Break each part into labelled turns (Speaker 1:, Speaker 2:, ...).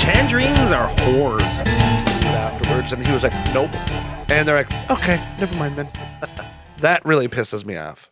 Speaker 1: Tangerines are whores.
Speaker 2: Afterwards, and he was like, nope. And they're like, okay, never mind then. that really pisses me off.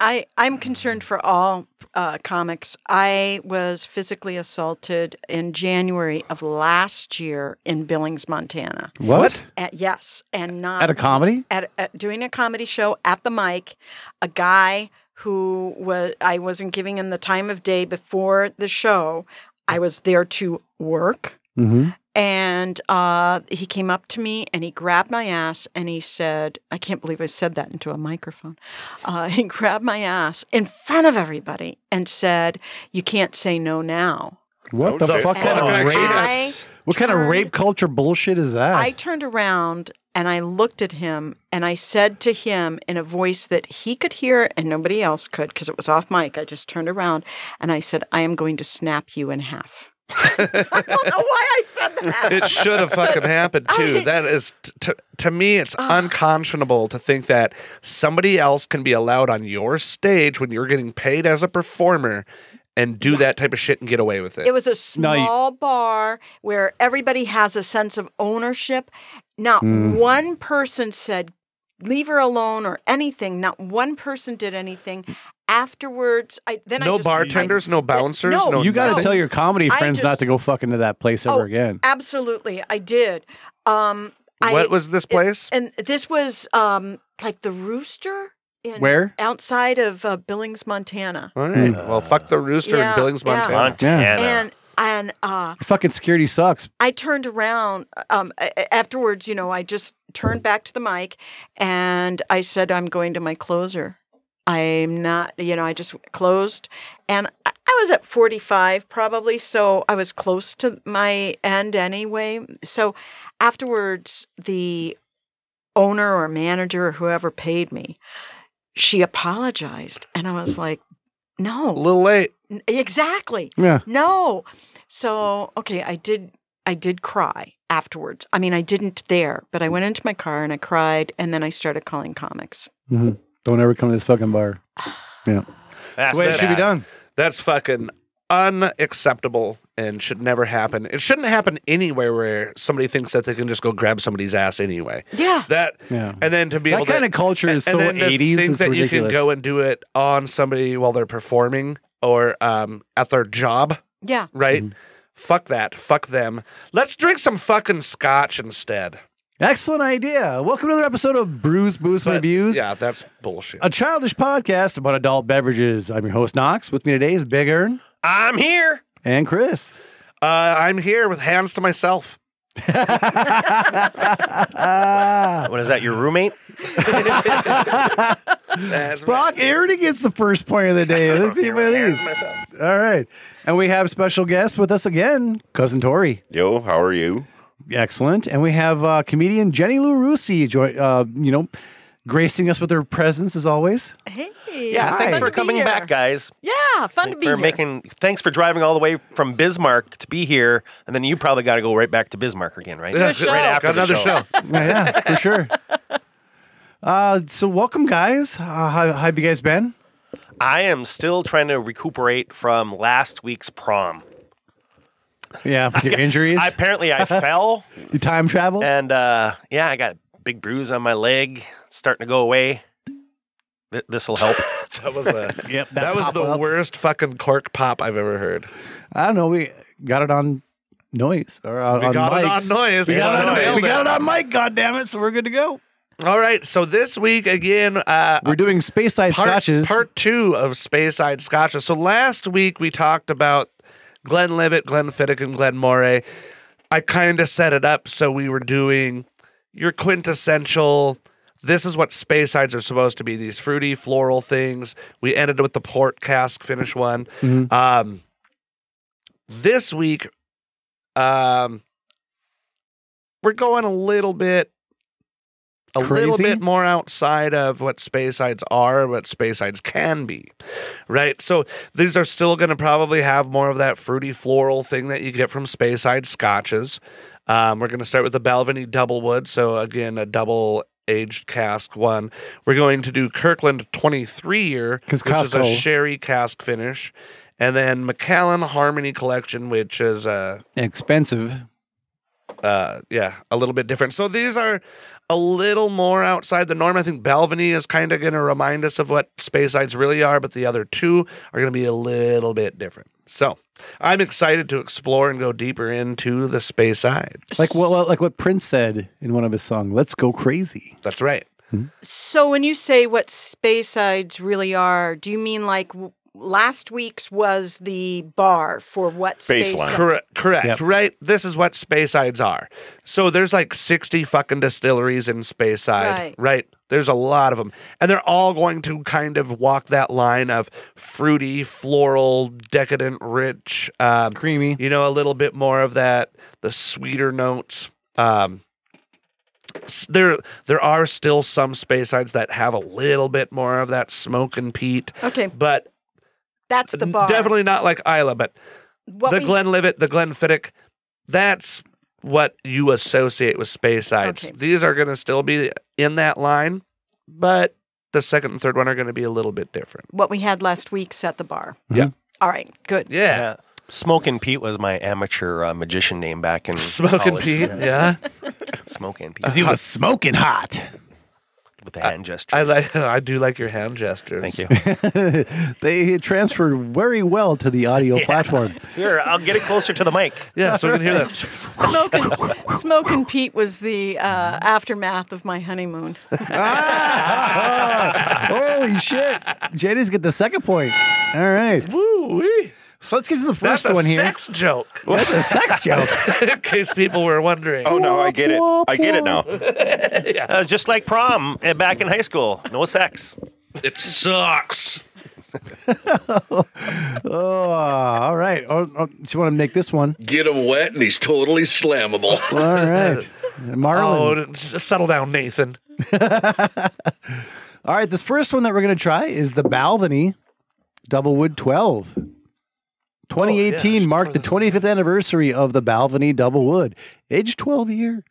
Speaker 3: I, I'm concerned for all uh, comics. I was physically assaulted in January of last year in Billings, Montana.
Speaker 4: What?
Speaker 3: At, yes, and not
Speaker 5: At a comedy?
Speaker 3: at, at doing a comedy show at the mic, a guy who was I wasn't giving him the time of day before the show. I was there to work,
Speaker 4: Mm-hmm.
Speaker 3: and uh, he came up to me and he grabbed my ass and he said, "I can't believe I said that into a microphone." Uh, he grabbed my ass in front of everybody and said, "you can't say no now."
Speaker 4: What
Speaker 2: Oh,
Speaker 4: the
Speaker 2: shit.
Speaker 4: fuck
Speaker 2: Oh,
Speaker 4: kind
Speaker 2: I-
Speaker 4: of rape?
Speaker 3: I
Speaker 4: What kind of
Speaker 3: turned-
Speaker 4: rape culture bullshit is that?
Speaker 3: I turned around and I looked at him and I said to him in a voice that he could hear and nobody else could because it was off mic. I just turned around and I said, I am going to snap you in half. I don't know why I said that.
Speaker 2: It should have fucking happened too.
Speaker 3: I-
Speaker 2: That is, t- t- to me, it's unconscionable to think that somebody else can be allowed on your stage when you're getting paid as a performer and do that type of shit and get away with it.
Speaker 3: It was a
Speaker 4: No,
Speaker 3: small
Speaker 4: you-
Speaker 3: bar where everybody has a sense of ownership. Not
Speaker 2: Mm.
Speaker 3: one person said, leave her alone or anything. Not one person did anything. Afterwards, I then I
Speaker 2: no
Speaker 3: just, I-
Speaker 2: bartenders, no bouncers,
Speaker 3: No,
Speaker 2: no.
Speaker 4: you got to
Speaker 3: no.
Speaker 4: tell your comedy
Speaker 3: I
Speaker 4: friends not
Speaker 3: just-
Speaker 4: to go fucking to that place ever
Speaker 3: Oh,
Speaker 4: again.
Speaker 3: Absolutely, I did. Um, I,
Speaker 2: What was this place?
Speaker 3: and this was um like the Rooster in
Speaker 4: Where?
Speaker 3: outside of uh, Billings, Montana,
Speaker 2: All right. Well, fuck the rooster in
Speaker 3: Yeah,
Speaker 2: Billings,
Speaker 3: yeah.
Speaker 2: Montana.
Speaker 1: Montana.
Speaker 3: and and uh,
Speaker 4: Fucking security sucks.
Speaker 3: I turned around um a- a- afterwards. You know, I just turned back to the mic and I said, "I'm going to my closer." I'm not, you know, I just closed and I I was at 45 probably, so I was close to my end anyway. So afterwards, the owner or manager or whoever paid me, she apologized. And I was like,
Speaker 2: A
Speaker 3: no,
Speaker 2: little late.
Speaker 3: n- exactly.
Speaker 4: Yeah.
Speaker 3: No. So, okay, I did I did cry afterwards. I mean, I didn't there, but I went into my car and I cried and then I started calling comics.
Speaker 4: hmm Don't ever come to this fucking bar. That's the way it should be done.
Speaker 2: That's fucking unacceptable and should never happen. It shouldn't happen anywhere where somebody thinks that they can just go grab somebody's ass anyway.
Speaker 3: Yeah.
Speaker 2: That
Speaker 4: Yeah.
Speaker 2: and then to be
Speaker 4: That
Speaker 2: able
Speaker 4: kind
Speaker 2: to,
Speaker 4: of culture is
Speaker 2: and
Speaker 4: so
Speaker 2: then to
Speaker 4: 80s.
Speaker 2: think
Speaker 4: it's
Speaker 2: that
Speaker 4: ridiculous.
Speaker 2: you can go and do it on somebody while they're performing or um, at their job,
Speaker 3: Yeah.
Speaker 2: right?
Speaker 4: Mm-hmm.
Speaker 2: Fuck that. Fuck them. Let's drink some fucking scotch instead.
Speaker 4: Excellent idea. Welcome to another episode of Brews, Booze, and
Speaker 2: But,
Speaker 4: Reviews.
Speaker 2: Yeah, that's bullshit.
Speaker 4: A childish podcast about adult beverages. I'm your host, Knox. With me today is Big Earn
Speaker 1: I'm here.
Speaker 4: and Chris.
Speaker 2: Uh, I'm here with hands to myself.
Speaker 1: What is that? Your roommate?
Speaker 2: That's right.
Speaker 4: Brock Aaron gets the first point of the day. Let's see what it is. All right. And we have special guests with us again, Cousin Tori.
Speaker 6: Yo, how are you?
Speaker 4: Excellent. And we have uh, comedian Jenny Lou Rusi, join, uh, you know, gracing us with her presence as always.
Speaker 3: Hey.
Speaker 1: Yeah,
Speaker 3: fun
Speaker 1: thanks
Speaker 3: to
Speaker 1: for
Speaker 3: be
Speaker 1: coming
Speaker 3: here.
Speaker 1: back, guys.
Speaker 3: Yeah, fun to be
Speaker 1: for
Speaker 3: here.
Speaker 1: making thanks for driving all the way from Bismarck to be here, and then you probably got to go right back to Bismarck again, right?
Speaker 2: Yeah,
Speaker 1: right after
Speaker 2: Got
Speaker 1: the
Speaker 2: another show.
Speaker 4: yeah, for sure. Uh, so welcome, guys. Uh, how, how have you guys been?
Speaker 1: I am still trying to recuperate from last week's prom.
Speaker 4: Yeah, with your injuries,
Speaker 1: I, apparently, I fell,
Speaker 4: your time travel.
Speaker 1: and uh, yeah, I got a big bruise on my leg, It's starting to go away. This will help.
Speaker 2: That was a
Speaker 4: Yep,
Speaker 2: That was the
Speaker 4: pop-up.
Speaker 2: worst fucking cork pop I've ever heard.
Speaker 4: I don't know. We got it on noise or on,
Speaker 2: We
Speaker 4: on
Speaker 2: got
Speaker 4: mics.
Speaker 2: it on noise.
Speaker 4: We got it on,
Speaker 1: noise.
Speaker 4: we got it on mic. God damn it! So we're good to go.
Speaker 2: Uh, All right, so this week again, uh,
Speaker 4: We're doing space side
Speaker 2: part,
Speaker 4: scotches.
Speaker 2: part two of Space-Eyed Scotches. So last week we talked about Glenn Levitt, Glenn Fiddick, and Glenn Moray. I kind of set it up so we were doing your quintessential. This is what space sides are supposed to be. These fruity, floral things. We ended with the
Speaker 4: Mm-hmm.
Speaker 2: port cask finish one. Um, this week, Um, we're going a little bit, a little
Speaker 4: Crazy?
Speaker 2: bit more outside of what space sides are, what space sides can be, right? So these are still going to probably have more of that fruity floral thing that you get from space side scotches. Um, we're going to start with the Balvenie Double Wood. So again, a double aged cask one. We're going to do Kirkland 23 year,
Speaker 4: 'Cause
Speaker 2: which is a
Speaker 4: Costco-
Speaker 2: sherry cask finish. And then Macallan Harmony Collection, which is a
Speaker 4: Expensive.
Speaker 2: uh, yeah, a little bit different. So these are a little more outside the norm. I think Balvenie is kind of going to remind us of what space sides really are, but the other two are going to be a little bit different. So I'm excited to explore and go deeper into the space side.
Speaker 4: Like what? Well, like what Prince said in one of his songs. Let's go crazy.
Speaker 2: That's right.
Speaker 3: So when you say what space sides really are, do you mean like w- last week's was the bar for what space
Speaker 6: Baseline.
Speaker 3: side-
Speaker 2: Correct, correct,
Speaker 4: Yep.
Speaker 2: right? This is what space sides are. So there's like 60 fucking distilleries in space side,
Speaker 3: Right.
Speaker 2: There's a lot of them. And they're all going to kind of walk that line of fruity, floral, decadent, rich, um,
Speaker 4: Creamy.
Speaker 2: you know, a little bit more of that, the sweeter notes. Um, s- there, there are still some space sides that have a little bit more of that smoke and peat,
Speaker 3: Okay,
Speaker 2: but
Speaker 3: that's
Speaker 1: Uh,
Speaker 3: the bar.
Speaker 2: definitely not like Isla, but
Speaker 3: What
Speaker 2: the
Speaker 3: we-
Speaker 2: Glenlivet, the Glenfiddich, that's what you associate with space sides.
Speaker 3: Okay.
Speaker 2: These are going to still be in that line, but the second and third one are going to be a little bit different.
Speaker 3: what we had last week's at the bar.
Speaker 2: Yeah.
Speaker 3: All right, good.
Speaker 2: Yeah.
Speaker 1: Smoking Pete was my amateur uh, magician name back in
Speaker 2: Smoking
Speaker 1: college.
Speaker 2: Pete, yeah.
Speaker 1: Smoking Pete
Speaker 4: Because he was smoking hot.
Speaker 1: with the hand gesture.
Speaker 2: I like I do like your hand gestures.
Speaker 1: Thank you.
Speaker 4: they transferred very well to the audio platform.
Speaker 1: Here, I'll get it closer to the mic.
Speaker 2: Yeah, so we can hear that.
Speaker 3: Smoke and, Smoke and Pete was the uh, aftermath of my honeymoon.
Speaker 4: Holy shit! Jada's get the second point. All right.
Speaker 2: Woo-wee.
Speaker 4: So let's get to the
Speaker 2: That's
Speaker 4: first
Speaker 2: a
Speaker 4: one here.
Speaker 2: sex joke.
Speaker 4: That's a sex joke.
Speaker 2: In case people were wondering.
Speaker 6: Oh no, I get it. I get it now.
Speaker 1: Uh, just like prom uh, back in high school, no sex.
Speaker 2: It sucks.
Speaker 4: oh, all right. Oh, oh, so you want to make this one?
Speaker 7: Get him wet and he's totally slammable.
Speaker 4: All right.
Speaker 2: Oh,
Speaker 4: Marlon.
Speaker 2: s- settle down, Nathan.
Speaker 4: All right. This first one that we're going to try is the Balvenie Double Wood 12. 2018 marked the 25th anniversary of the Balvenie Double Wood, aged 12 years.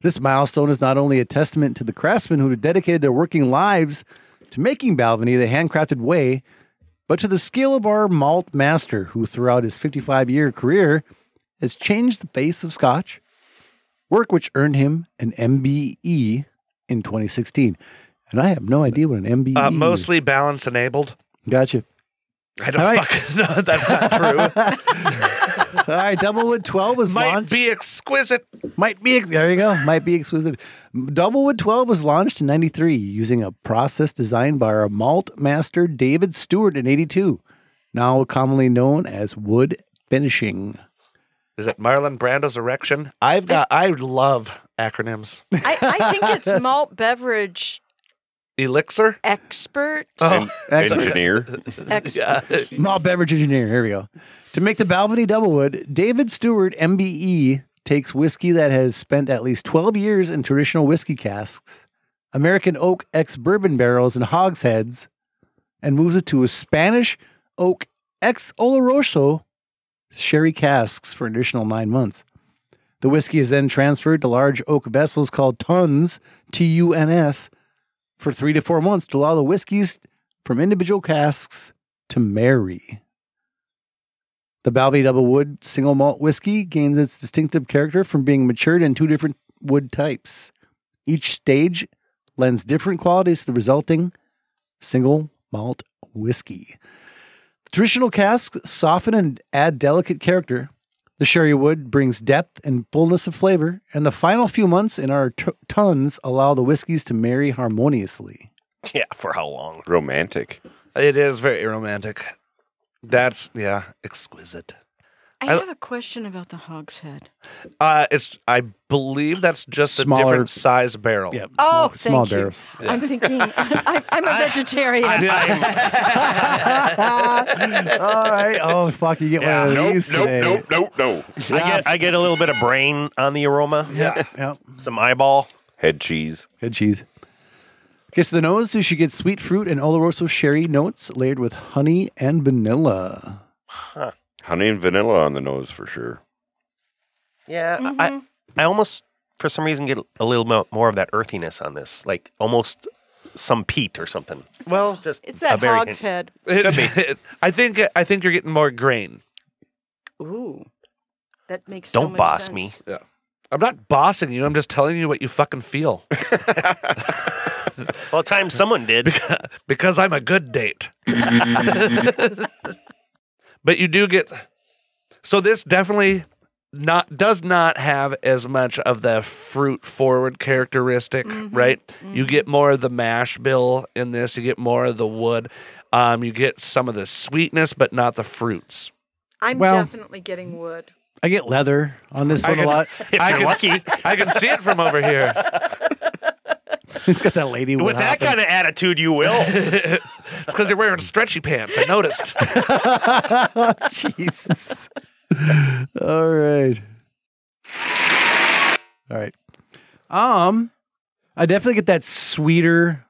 Speaker 4: This milestone is not only a testament to the craftsmen who dedicated their working lives to making Balvenie the handcrafted way, but to the skill of our malt master, who throughout his 55 year career has changed the face of Scotch, work which earned him an MBE in 2016. And I have no idea what an MBE
Speaker 2: Uh,
Speaker 4: is.
Speaker 2: mostly balance enabled.
Speaker 4: Gotcha.
Speaker 2: I don't
Speaker 4: All right.
Speaker 2: fucking know. That's not true.
Speaker 4: All right, Doublewood 12 was
Speaker 2: Might
Speaker 4: launched.
Speaker 2: be exquisite.
Speaker 4: Might be ex- there. You go. Might be exquisite. Doublewood 12 was launched in '93 using a process designed by our malt master David Stewart in '82, now commonly known as wood finishing.
Speaker 2: Is it Marlon Brando's erection? I've got. I love acronyms.
Speaker 3: I, I think it's malt beverage
Speaker 2: Elixir.
Speaker 3: expert.
Speaker 2: Oh,
Speaker 4: Excellent.
Speaker 6: Engineer.
Speaker 3: expert.
Speaker 2: yeah.
Speaker 4: Malt beverage engineer. Here we go. To make the Balvenie Doublewood, David Stewart MBE takes whiskey that has spent at least 12 years in traditional whiskey casks, American oak ex bourbon barrels and hogsheads, and moves it to a Spanish oak ex Oloroso sherry casks for an additional nine months. The whiskey is then transferred to large oak vessels called tons, T U N S, for three to four months to allow the whiskeys from individual casks to marry. The Balvenie Double Wood single malt whiskey gains its distinctive character from being matured in two different wood types. Each stage lends different qualities to the resulting single malt whiskey. The traditional casks soften and add delicate character. The sherry wood brings depth and fullness of flavor, and the final few months in our t- tons allow the whiskeys to marry harmoniously.
Speaker 1: Yeah, for how long?
Speaker 6: Romantic.
Speaker 2: It is very romantic. That's yeah, exquisite.
Speaker 3: I
Speaker 2: I-
Speaker 3: have a question about the hogshead.
Speaker 2: Uh, it's I believe that's just a
Speaker 4: Smaller-
Speaker 2: different size barrel.
Speaker 4: Yeah. small,
Speaker 3: Oh, thank
Speaker 4: small
Speaker 3: you.
Speaker 4: barrels.
Speaker 3: I'm thinking I, I'm a vegetarian.
Speaker 4: All right. Oh fuck! You get
Speaker 1: Yeah,
Speaker 4: one of
Speaker 6: Nope,
Speaker 4: these
Speaker 6: nope,
Speaker 4: today.
Speaker 6: nope, nope, no.
Speaker 1: I get I get a little bit of brain on the aroma.
Speaker 4: Yeah. Yep.
Speaker 1: Some eyeball.
Speaker 6: Head cheese.
Speaker 4: Good cheese. Okay, so the nose, you should get sweet fruit and oloroso sherry notes layered with honey and vanilla.
Speaker 6: Honey and vanilla on the nose for sure.
Speaker 1: Yeah. I
Speaker 3: Mm-hmm.
Speaker 1: I almost for some reason get a little mo- more of that earthiness on this, like almost some peat or something.
Speaker 2: Well,
Speaker 1: Just
Speaker 3: It's
Speaker 1: a
Speaker 3: that
Speaker 1: very hint.
Speaker 3: hogshead.
Speaker 2: it, I think I think you're getting more grain.
Speaker 3: Ooh, that makes. so
Speaker 1: Don't
Speaker 3: much
Speaker 1: boss
Speaker 3: sense.
Speaker 1: me.
Speaker 2: I'm not bossing you. I'm just telling you what you fucking feel
Speaker 1: Well, time someone did.
Speaker 2: because I'm a good date. but you do get so this definitely not does not have as much of the fruit forward characteristic, right? You get more of the mash bill in this. You get more of the wood. Um, you get some of the sweetness, but not the fruits.
Speaker 3: I'm
Speaker 4: Well-
Speaker 3: definitely getting wood.
Speaker 4: I get leather on this
Speaker 2: I
Speaker 4: one a
Speaker 2: can-
Speaker 4: lot.
Speaker 1: If
Speaker 2: I
Speaker 1: you're
Speaker 2: can
Speaker 1: lucky.
Speaker 2: see- I can see it from over here.
Speaker 4: It's got that lady
Speaker 1: With that kind of attitude, you will.
Speaker 2: It's because you're wearing stretchy pants. I noticed.
Speaker 4: of Jesus. All right. All right. Um, I definitely get that sweeter,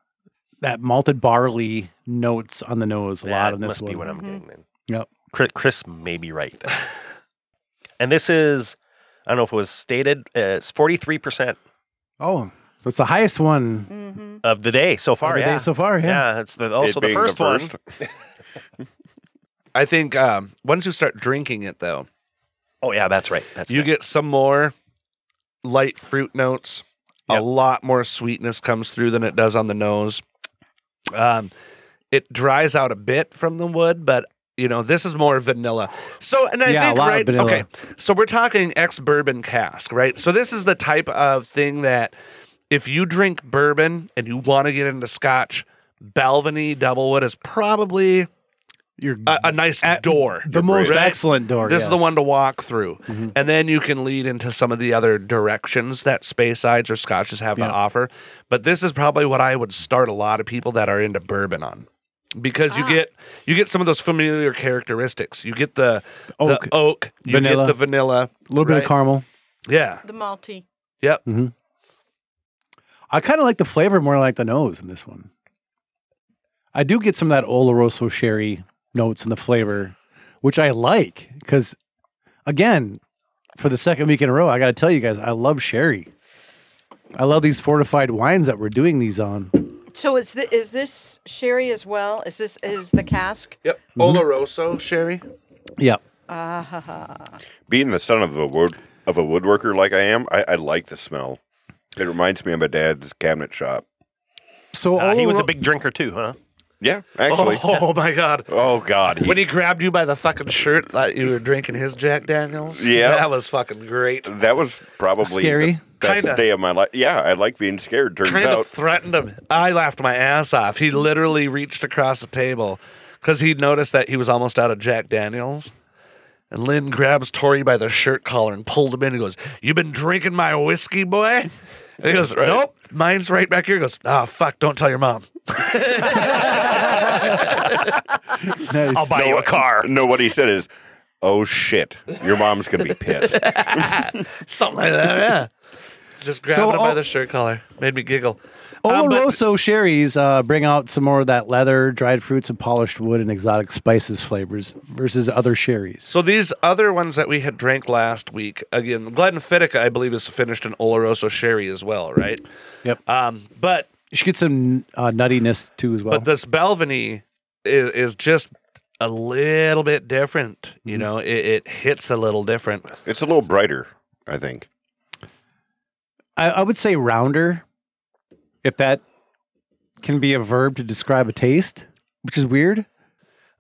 Speaker 4: that malted barley notes on the nose a lot
Speaker 1: That
Speaker 4: on this
Speaker 1: must
Speaker 4: one.
Speaker 1: be what I'm
Speaker 3: Mhm.
Speaker 1: getting then.
Speaker 4: Yep.
Speaker 1: Chris, Chris may be right then. and this is, I don't know if it was stated, uh, it's 43%
Speaker 4: oh, so it's the highest one
Speaker 3: hmm
Speaker 1: of the day so far.
Speaker 4: every day
Speaker 1: yeah.
Speaker 4: so far. Yeah.
Speaker 1: yeah. it's the, also
Speaker 6: It
Speaker 1: the
Speaker 6: being
Speaker 1: first, one.
Speaker 2: I think um, once you start drinking it, though,
Speaker 1: Oh, yeah, that's right. That's
Speaker 2: you
Speaker 1: next.
Speaker 2: get some more light fruit notes. A
Speaker 1: Yep.
Speaker 2: lot more sweetness comes through than it does on the nose. Um, it dries out a bit from the wood, but you know this is more vanilla. So, and I
Speaker 4: Yeah, a
Speaker 2: think
Speaker 4: lot of
Speaker 2: right,
Speaker 4: vanilla.
Speaker 2: okay. So we're talking ex bourbon cask, right? So this is the type of thing that if you drink bourbon and you want to get into Scotch, Balvenie Doublewood is probably
Speaker 4: You're
Speaker 2: a, a nice door.
Speaker 4: the most
Speaker 2: Uh, right?
Speaker 4: excellent door.
Speaker 2: This is the
Speaker 4: yes. Mm-hmm.
Speaker 2: one to walk through. And then you can lead into some of the other directions that space sides or scotches have
Speaker 4: Yeah.
Speaker 2: to offer. But this is probably what I would start a lot of people that are into bourbon on. Because you
Speaker 3: Ah.
Speaker 2: get you get some of those familiar characteristics. You get the the
Speaker 4: Oak.
Speaker 2: oak you
Speaker 4: Vanilla.
Speaker 2: get the vanilla.
Speaker 4: Oh, A little bit of
Speaker 2: right?
Speaker 4: caramel.
Speaker 2: Yeah.
Speaker 3: The malty.
Speaker 2: Yep.
Speaker 4: I kind of like the flavor more like the nose in this one. I do get some of that oloroso sherry notes in the flavor, which I like because, again, for the second week in a row, I got to tell you guys, I love sherry. I love these fortified wines that we're doing these on.
Speaker 3: So is this, is this sherry as well? Is this is the cask?
Speaker 2: Yep.
Speaker 4: Mm-hmm.
Speaker 2: Oloroso sherry.
Speaker 4: Yeah.
Speaker 3: Ah, ha, ha.
Speaker 6: Being the son of a wood of a woodworker like I am, I, I like the smell. It reminds me of my dad's cabinet shop.
Speaker 4: So
Speaker 1: Uh, he was a
Speaker 4: oloro-
Speaker 1: big drinker too, huh?
Speaker 6: Yeah, actually. Oh,
Speaker 2: Oh, oh my god.
Speaker 6: God. He-
Speaker 2: When he grabbed you by the fucking shirt that you were drinking his Jack Daniels.
Speaker 6: Yeah.
Speaker 2: That was fucking great.
Speaker 6: that was probably
Speaker 4: Scary?
Speaker 6: the best
Speaker 2: Kinda.
Speaker 6: day of my life. Yeah, I like being scared, turns
Speaker 2: kind
Speaker 6: out.
Speaker 2: of threatened him. I laughed my ass off. He literally reached across the table because he noticed that he was almost out of Jack Daniels. And Lynn grabs Tori by the shirt collar and pulled him in and goes, You've been drinking my whiskey, boy? And he goes, Nope. Mine's right back here. He goes, Ah, fuck, don't tell your mom.
Speaker 4: Nice.
Speaker 1: I'll buy you a car.
Speaker 6: no, what he said is, oh shit, your mom's going to be pissed.
Speaker 2: Something like that, yeah. Just grabbing
Speaker 4: So
Speaker 2: him by
Speaker 4: all-
Speaker 2: the shirt collar. Made me giggle. Um, but-
Speaker 4: Oloroso sherries uh, bring out some more of that leather, dried fruits, and polished wood and exotic spices flavors versus other sherries.
Speaker 2: So these other ones that we had drank last week, again, Glenfiddich, I believe, is finished in Oloroso sherry as well, right?
Speaker 4: Yep.
Speaker 2: Um, but
Speaker 4: You should get some uh, nuttiness too as well.
Speaker 2: But this Balvenie is, is just a little bit different. You know, it, it hits a little different.
Speaker 6: It's a little brighter, I think.
Speaker 4: I, I would say rounder, if that can be a verb to describe a taste, which is weird.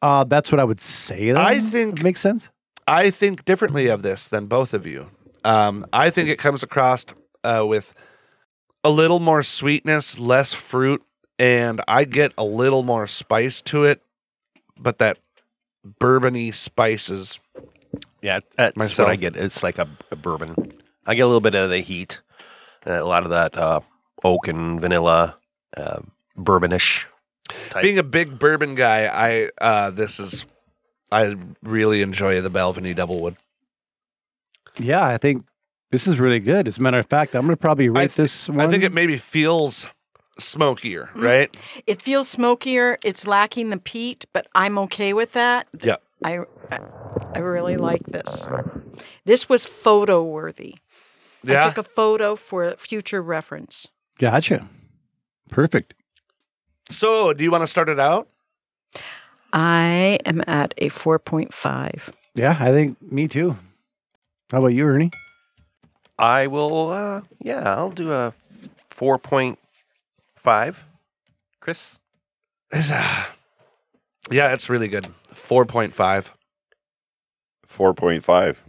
Speaker 4: Uh, that's what I would say. Then.
Speaker 2: I think-
Speaker 4: It makes sense.
Speaker 2: I think differently of this than both of you. Um, I think it comes across uh, with a little more sweetness, less fruit, and I get a little more spice to it, but that bourbony spices
Speaker 1: Yeah, that's
Speaker 2: Myself.
Speaker 1: what I get. It's like a, a bourbon. I get a little bit of the heat, uh, a lot of that uh, oak and vanilla, uh, bourbonish. Type.
Speaker 2: Being a big bourbon guy, I uh this is I really enjoy the Balvenie Doublewood.
Speaker 4: Yeah, I think this is really good. As a matter of fact, I'm going to probably rate
Speaker 2: thi-
Speaker 4: this one.
Speaker 2: I think it maybe feels smokier,
Speaker 1: Mm.
Speaker 2: right?
Speaker 3: It feels smokier. It's lacking the peat, but I'm okay with that.
Speaker 2: Yeah.
Speaker 3: I, I, I really like this. This was photo worthy. I
Speaker 2: Yeah.
Speaker 3: took a photo for future reference.
Speaker 4: Gotcha. Perfect.
Speaker 2: So, do you want to start it out?
Speaker 3: I am at a 4.5.
Speaker 4: Yeah, I think me too. How about you, Ernie?
Speaker 1: I will, uh, yeah, I'll do a 4.5. Chris?
Speaker 2: It's, uh, yeah, it's really good. 4.5.
Speaker 6: Four point five.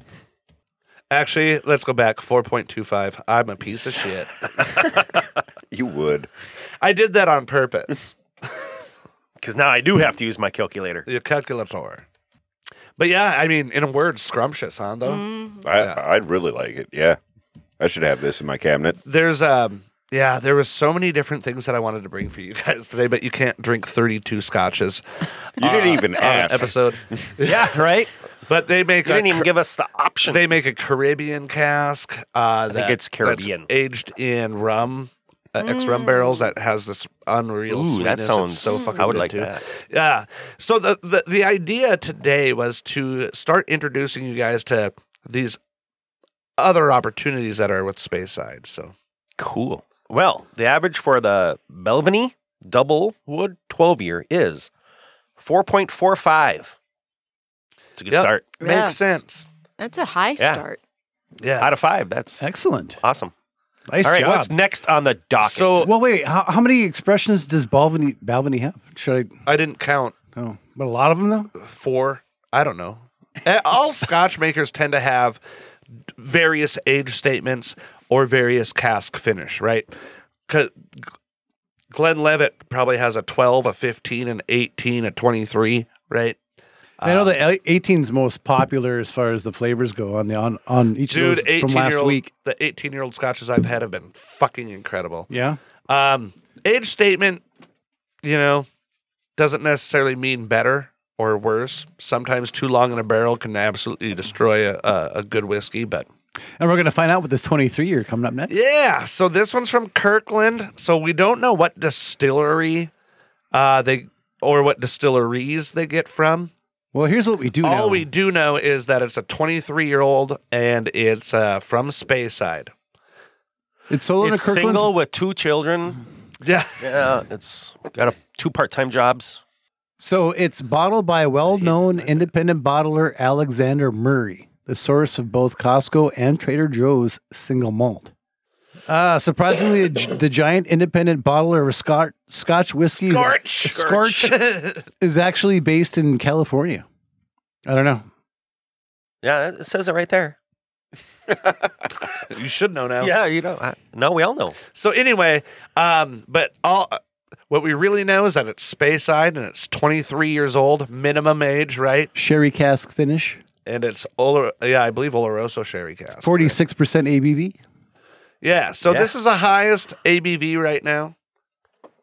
Speaker 2: Actually, let's go back. 4.25. I'm a piece of shit.
Speaker 6: You would.
Speaker 2: I did that on purpose.
Speaker 1: Because now I do have to use my calculator.
Speaker 2: Your calculator. But yeah, I mean, in a word, scrumptious, huh? Though
Speaker 1: Mm.
Speaker 6: I
Speaker 2: Yeah.
Speaker 6: I'd really like it. Yeah, I should have this in my cabinet.
Speaker 2: there's um, yeah, there was so many different things that I wanted to bring for you guys today, but you can't drink 32 scotches.
Speaker 6: You didn't even
Speaker 2: on an
Speaker 6: ask.
Speaker 2: episode.
Speaker 1: yeah, right?
Speaker 2: But they make
Speaker 1: You
Speaker 2: a
Speaker 1: didn't even give us the option.
Speaker 2: They make a Caribbean cask. Uh, that,
Speaker 1: it's
Speaker 2: that's
Speaker 1: Caribbean.
Speaker 2: aged in rum, uh, ex rum barrels that has this unreal.
Speaker 1: Ooh,
Speaker 2: sweetness.
Speaker 1: that
Speaker 2: It's
Speaker 1: sounds
Speaker 2: so fucking.
Speaker 1: I would
Speaker 2: good,
Speaker 1: like
Speaker 2: too.
Speaker 1: that.
Speaker 2: Yeah. So the, the the idea today was to start introducing you guys to these other opportunities that are with space sides. So
Speaker 1: Cool. Well, the average for the Belvany double wood 12 year is 4.45. It's a good
Speaker 2: Yep.
Speaker 1: start.
Speaker 3: Yeah.
Speaker 2: makes sense.
Speaker 3: That's a high
Speaker 1: Yeah.
Speaker 3: start.
Speaker 2: Yeah.
Speaker 1: Out of five, that's
Speaker 4: Excellent.
Speaker 1: awesome.
Speaker 4: Nice
Speaker 1: All right,
Speaker 4: job.
Speaker 1: what's next on the docket?
Speaker 2: So
Speaker 4: well, wait. How, how many expressions does Balvany Balvany have? Should
Speaker 2: I didn't count
Speaker 4: I? Oh, but a lot of them though.
Speaker 2: four. I don't know. Uh, All Scotch makers tend to have various age statements or various cask finish, right? 'Cause Glenn Levitt probably has a 12, a 15, an 18, a 23, right?
Speaker 4: I
Speaker 1: Uh,
Speaker 4: know the 18's most popular as far as the flavors go on the on on each
Speaker 2: Dude,
Speaker 4: of those
Speaker 2: 18
Speaker 4: from
Speaker 2: year
Speaker 4: last
Speaker 2: old,
Speaker 4: week.
Speaker 2: the 18 year old scotches I've had have been fucking incredible.
Speaker 4: Yeah.
Speaker 2: Um, age statement, you know, doesn't necessarily mean better or worse. Sometimes too long in a barrel can absolutely destroy a, a, a good whiskey, but
Speaker 4: And we're gonna find out what this 23 year coming up next.
Speaker 2: Yeah. So this one's from Kirkland. So we don't know what distillery uh, they or what distilleries they get from.
Speaker 4: Well, here's what we do know.
Speaker 2: All we do know is that it's a 23 year old and it's uh, from Speyside.
Speaker 4: it's sold in a
Speaker 1: it's
Speaker 4: Kirkland's.
Speaker 1: single with two children.
Speaker 2: Yeah.
Speaker 1: Yeah, it's got a two part time jobs.
Speaker 4: So it's bottled by well-known independent bottler Alexander Murray, the source of both Costco and Trader Joe's single malt. Uh, surprisingly, the, the giant independent bottler of Scotch, Scotch whiskey is-
Speaker 2: Scorch.
Speaker 4: Scorch is actually based in California. I don't know.
Speaker 1: Yeah, it says it right there.
Speaker 2: you should know now.
Speaker 1: Yeah, you know. I, no, we all know.
Speaker 2: So anyway, um, but all what we really know is that it's Speyside and it's 23 years old, minimum age, right?
Speaker 4: Sherry cask finish,
Speaker 2: And it's Olor, yeah, I believe Oloroso sherry cask. right?
Speaker 4: 46% ABV.
Speaker 2: Yeah, so
Speaker 1: Yeah.
Speaker 2: this is the highest ABV right now.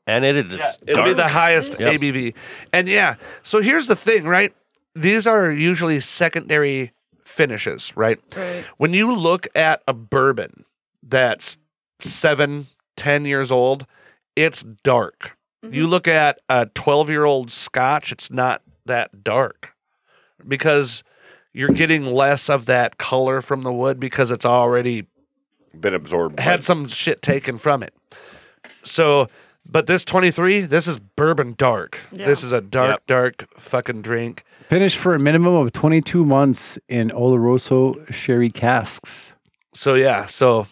Speaker 1: And it is.
Speaker 2: It'll be the
Speaker 1: dark.
Speaker 2: highest
Speaker 1: Yes.
Speaker 2: ABV. And yeah, so here's the thing, right? These are usually secondary finishes, right?
Speaker 3: Right.
Speaker 2: When you look at a bourbon that's seven, ten years old, it's dark.
Speaker 1: Mm-hmm.
Speaker 2: You look at a 12 year old scotch, it's not that dark because you're getting less of that color from the wood because it's already
Speaker 6: Been absorbed. by-
Speaker 2: had some shit taken from it. So, but this 23, this is bourbon dark.
Speaker 3: Yeah.
Speaker 2: This is a dark,
Speaker 1: Yep.
Speaker 2: dark fucking drink.
Speaker 4: Finished for a minimum of 22 months in Oloroso sherry casks.
Speaker 2: So, yeah. So,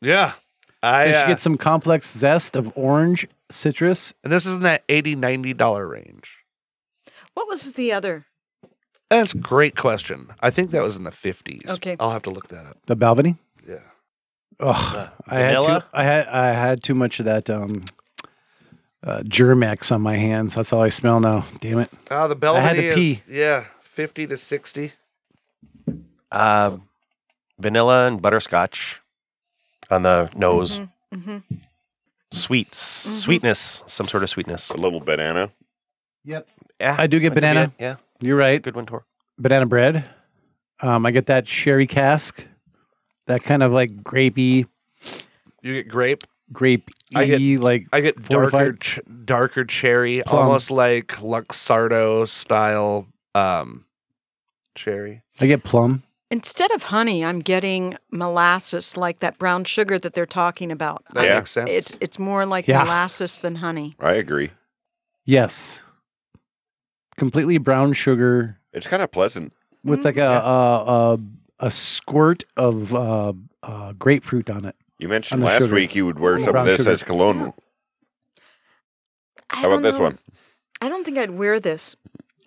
Speaker 2: yeah. I,
Speaker 4: You
Speaker 2: uh,
Speaker 4: should get some complex zest of orange, citrus,
Speaker 2: and this is in that 80 $90 range.
Speaker 3: What was the other?
Speaker 2: That's a great question. I think that was in the 50s.
Speaker 3: Okay.
Speaker 2: I'll have to look that up.
Speaker 4: the Balvenie.
Speaker 2: Yeah.
Speaker 4: Ugh, I had too,
Speaker 1: vanilla?
Speaker 4: I had I had too much of that um, uh, Germex on my hands. That's all I
Speaker 2: Ah,
Speaker 4: smell now. Damn it!
Speaker 2: Oh, the Belvenie
Speaker 4: had to
Speaker 2: is-
Speaker 4: pee.
Speaker 2: yeah, 50 to 60.
Speaker 1: Uh, vanilla and butterscotch on the nose.
Speaker 3: hmm
Speaker 1: Sweets, sweetness, some sort of sweetness.
Speaker 6: A little banana.
Speaker 1: Yeah,
Speaker 4: I do get
Speaker 1: that could be
Speaker 4: banana.
Speaker 1: it. Yeah,
Speaker 4: You're right.
Speaker 1: good one, Tor.
Speaker 4: Banana bread. Um, I get that sherry cask. That kind of like grapey,
Speaker 2: You get grape.
Speaker 4: grape
Speaker 2: I get-
Speaker 4: like
Speaker 2: I get darker,
Speaker 4: Fortified?
Speaker 2: ch- darker cherry,
Speaker 4: Plum.
Speaker 2: almost like Luxardo style um, cherry.
Speaker 4: I get plum.
Speaker 3: Instead of honey, I'm getting molasses, like that brown sugar that they're talking about.
Speaker 2: That
Speaker 6: Yeah.
Speaker 2: makes sense.
Speaker 3: It's it's more like
Speaker 4: Yeah.
Speaker 3: molasses than honey.
Speaker 6: I agree.
Speaker 4: Yes. Completely brown sugar
Speaker 6: It's kind of pleasant.
Speaker 4: with like a a, a a squirt of uh, uh, grapefruit on it.
Speaker 6: You mentioned
Speaker 4: And the
Speaker 6: last
Speaker 4: sugar.
Speaker 6: week you would wear some
Speaker 4: Brown
Speaker 6: of this
Speaker 4: sugar.
Speaker 6: as cologne.
Speaker 3: I
Speaker 6: How
Speaker 3: don't
Speaker 6: about this
Speaker 3: know.
Speaker 6: one?
Speaker 3: I don't think I'd wear this.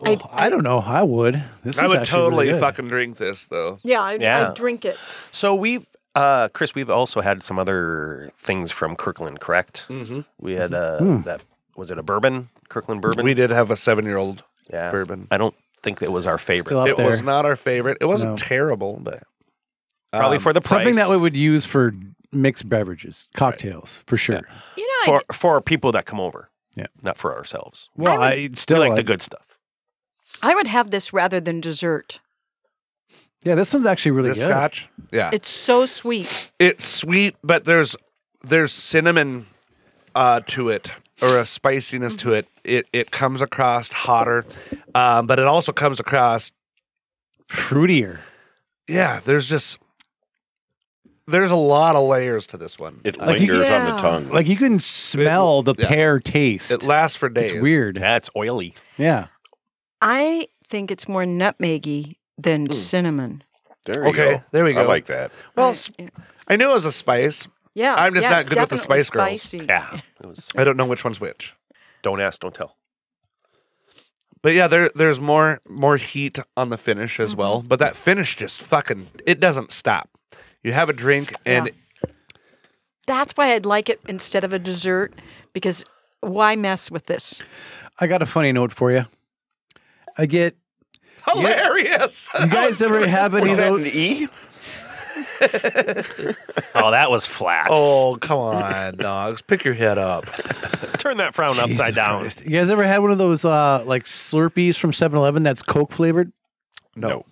Speaker 4: I, I don't know. I would. This
Speaker 2: I
Speaker 4: is
Speaker 2: would
Speaker 4: actually
Speaker 2: totally
Speaker 4: really good.
Speaker 2: fucking drink this though.
Speaker 3: Yeah, I'd,
Speaker 1: Yeah.
Speaker 3: I'd drink it.
Speaker 1: So we've, uh, Chris, we've also had some other things from Kirkland, correct?
Speaker 2: Mhm.
Speaker 1: We had uh,
Speaker 4: Mm.
Speaker 1: that was it a bourbon, Kirkland bourbon?
Speaker 2: We did have a seven-year-old
Speaker 1: yeah,
Speaker 2: bourbon.
Speaker 1: I don't think it was our favorite.
Speaker 4: Still up
Speaker 2: it
Speaker 4: there.
Speaker 2: was not our favorite. It wasn't
Speaker 4: No.
Speaker 2: terrible, but
Speaker 1: Probably
Speaker 2: um,
Speaker 1: for the price.
Speaker 4: Something that we would use for mixed beverages, cocktails for sure.
Speaker 3: You know, I
Speaker 1: for for people that come over.
Speaker 4: Yeah.
Speaker 1: not for ourselves.
Speaker 4: Well, I,
Speaker 1: We
Speaker 4: still
Speaker 1: like
Speaker 4: I-
Speaker 1: the good stuff.
Speaker 3: I would have this rather than dessert.
Speaker 4: Yeah, this one's actually really
Speaker 2: the
Speaker 4: good.
Speaker 2: Scotch. Yeah,
Speaker 3: It's so sweet.
Speaker 2: it's sweet, but there's there's cinnamon uh, to it or a spiciness to it. It it comes across hotter, um, but it also comes across
Speaker 4: Fruitier.
Speaker 2: yeah. There's just there's a lot of layers to this one. It,
Speaker 6: It
Speaker 4: Like you-
Speaker 6: lingers on the
Speaker 3: Yeah.
Speaker 6: tongue.
Speaker 4: Like you can smell the
Speaker 2: yeah.
Speaker 4: pear taste.
Speaker 2: lasts for days.
Speaker 4: it's weird.
Speaker 1: Yeah, it's oily.
Speaker 4: Yeah.
Speaker 3: I think it's more nutmeggy than
Speaker 2: Hmm.
Speaker 3: cinnamon.
Speaker 6: There you
Speaker 2: Okay,
Speaker 6: go.
Speaker 2: there we go.
Speaker 6: I like that.
Speaker 2: Well,
Speaker 3: I-
Speaker 2: s-
Speaker 3: yeah.
Speaker 2: I knew it was a spice.
Speaker 3: yeah,
Speaker 2: I'm just
Speaker 3: yeah,
Speaker 2: not good with the
Speaker 3: definitely
Speaker 2: Spice Girls.
Speaker 3: spicy.
Speaker 1: Yeah, it was.
Speaker 2: I don't know which one's which.
Speaker 1: Don't ask, don't tell.
Speaker 2: But yeah, there there's more more heat on the finish as well. But that finish just fucking it doesn't stop. You have a drink and
Speaker 3: Yeah. That's why I'd like it instead of a dessert because why mess with this?
Speaker 4: I got a funny note for you. I get.
Speaker 2: hilarious.
Speaker 4: You guys ever have any of
Speaker 6: Is that
Speaker 4: those?
Speaker 6: an E?
Speaker 1: Oh, that was flat.
Speaker 2: oh come on, dogs! Pick your head up.
Speaker 1: turn that frown upside
Speaker 4: Jesus
Speaker 1: down.
Speaker 4: Christ. You guys ever had one of those uh, like Slurpees from 7-Eleven that's Coke flavored?
Speaker 6: No.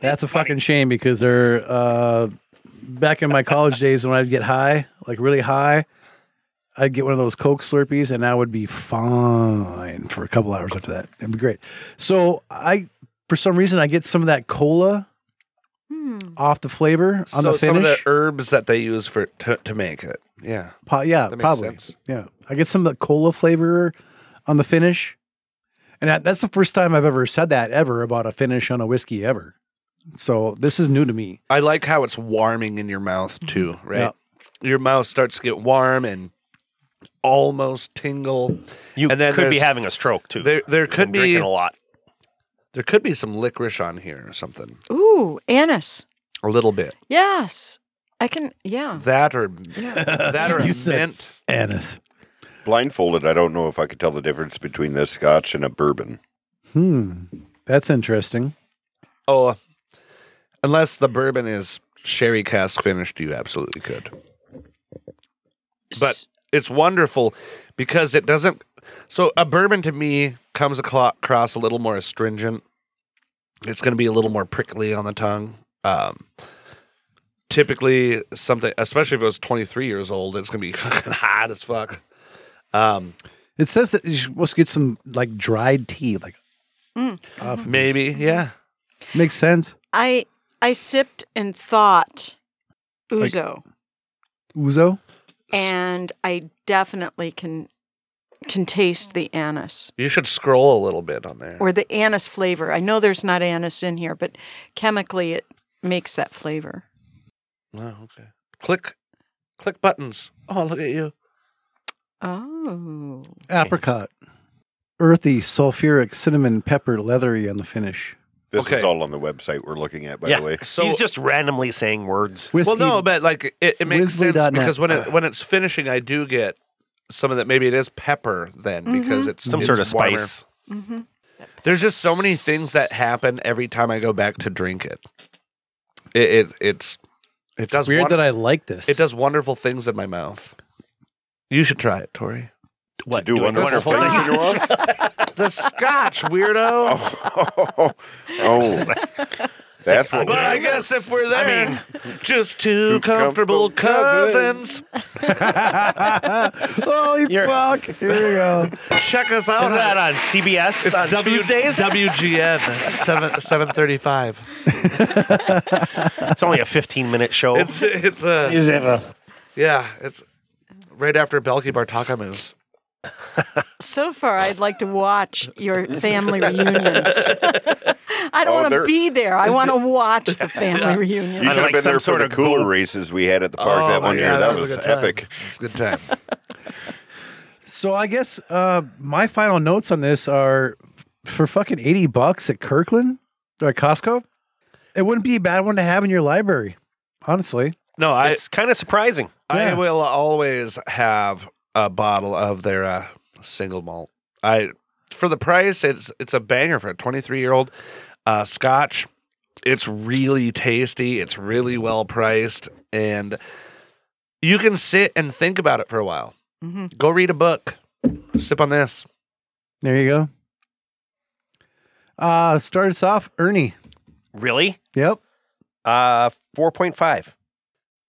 Speaker 4: That's a fucking shame because they're uh, back in my college days when I'd get high, like really high, I'd get one of those Coke Slurpees and I would be fine for a couple hours after that. It'd be great. So I, for some reason, I get some of that cola
Speaker 3: Hmm.
Speaker 4: off the flavor on
Speaker 2: so
Speaker 4: the finish.
Speaker 2: some of the herbs that they use for to, to make it. Yeah,
Speaker 4: Po- yeah,
Speaker 2: that makes
Speaker 4: probably.
Speaker 2: sense.
Speaker 4: Yeah, I get some of the cola flavor on the finish, and that, that's the first time I've ever said that ever about a finish on a whiskey ever. So this is new to me.
Speaker 2: I like how it's warming in your mouth too. Right,
Speaker 4: Yeah.
Speaker 2: your mouth starts to get warm and almost tingle.
Speaker 1: You
Speaker 2: And then
Speaker 1: could be
Speaker 2: there's-
Speaker 1: having a stroke too.
Speaker 2: There there
Speaker 1: from
Speaker 2: could be
Speaker 1: drinking a lot.
Speaker 2: there could be some licorice on here or something.
Speaker 3: Ooh, anise.
Speaker 2: A little bit.
Speaker 3: Yes. I can yeah.
Speaker 2: That or that or a
Speaker 4: You said-
Speaker 2: mint.
Speaker 4: Anise.
Speaker 6: Blindfolded, I don't know if I could tell the difference between this scotch and a bourbon.
Speaker 4: Hmm, that's interesting.
Speaker 2: Oh, unless the bourbon is sherry cask finished, you absolutely could. But it's wonderful because it doesn't. So a bourbon to me comes aclo- across a little more astringent. It's going to be a little more prickly on the tongue. Um, typically, something, especially if it was 23 years old, it's going to be fucking hot as fuck. Um,
Speaker 4: It says that you're supposed to get some like dried tea, like
Speaker 3: Mm.
Speaker 4: off of
Speaker 2: maybe, yeah.
Speaker 4: this. makes sense.
Speaker 3: I I sipped and thought ouzo.
Speaker 4: Uzo.
Speaker 3: and I definitely can can taste the anise
Speaker 2: You should scroll a little bit on there.
Speaker 3: or the anise flavor. I know there's not anise in here, but chemically it makes that flavor.
Speaker 2: Oh, okay. Click, click buttons. Oh, look at you.
Speaker 3: Oh.
Speaker 4: Apricot. Earthy, sulfuric, cinnamon, pepper, leathery on the finish.
Speaker 6: This
Speaker 2: Okay.
Speaker 6: is all on the website we're looking at, by
Speaker 1: yeah.
Speaker 6: the way.
Speaker 2: So-
Speaker 1: he's just randomly saying words.
Speaker 4: Whiskey.
Speaker 2: Well, no, but like it, it makes
Speaker 4: Wisley dot net.
Speaker 2: sense because when it when it's finishing, I do get some of that. Maybe it is pepper then because it's
Speaker 6: Mm-hmm.
Speaker 1: Some
Speaker 2: it's
Speaker 1: sort of
Speaker 2: warmer.
Speaker 1: spice.
Speaker 3: Mm-hmm.
Speaker 2: There's just so many things that happen every time I go back to drink it. It, it it's it does
Speaker 4: Weird
Speaker 2: won-
Speaker 4: that I like this.
Speaker 2: it does wonderful things in my mouth. You should try it, Tori.
Speaker 1: What?
Speaker 6: do
Speaker 1: doing wonderful
Speaker 6: wonderful things
Speaker 1: things?
Speaker 6: in your mouth?
Speaker 2: The Scotch weirdo.
Speaker 6: Oh, that's what.
Speaker 2: But I
Speaker 6: We're
Speaker 2: guess if we're there, just two
Speaker 6: Two
Speaker 2: comfortable,
Speaker 6: comfortable
Speaker 2: cousins.
Speaker 4: Holy
Speaker 1: You're-
Speaker 4: fuck! Here we go.
Speaker 2: Check us out.
Speaker 1: Is that
Speaker 2: at-
Speaker 1: on CBS
Speaker 2: it's
Speaker 1: on
Speaker 2: W-
Speaker 1: Tuesdays?
Speaker 2: WGN seven seven thirty five.
Speaker 1: it's only a 15 minute show.
Speaker 2: It's it's a uh, yeah. It's right after Belky Bartaka moves.
Speaker 3: So far, I'd like to watch your family reunions. I don't
Speaker 6: Oh,
Speaker 3: want to
Speaker 6: they're-
Speaker 3: be there. I want to watch the family
Speaker 6: You
Speaker 3: reunion.
Speaker 6: should have
Speaker 1: like
Speaker 6: been
Speaker 1: some
Speaker 6: there for
Speaker 1: sort
Speaker 6: the
Speaker 1: of
Speaker 6: cooler
Speaker 1: gold-
Speaker 6: races we had at the park that
Speaker 2: my
Speaker 6: one year.
Speaker 2: God,
Speaker 6: that, was,
Speaker 2: a good time.
Speaker 6: epic.
Speaker 2: It's a good time.
Speaker 4: So I guess uh, my final notes on this are for fucking eighty bucks at Kirkland or at Costco. It wouldn't be a bad one to have in your library, honestly.
Speaker 2: No, I
Speaker 1: it's kind of surprising.
Speaker 4: Yeah.
Speaker 2: I will always have a bottle of their uh, single malt. I for the price, it's it's a banger for a 23 year old uh, Scotch. It's really tasty. It's really well priced, and you can sit and think about it for a while.
Speaker 3: hmm
Speaker 2: Go read a book, sip on this.
Speaker 4: There you go. Uh, start us off, Ernie.
Speaker 1: Really?
Speaker 4: Yep.
Speaker 1: Uh, 4.5.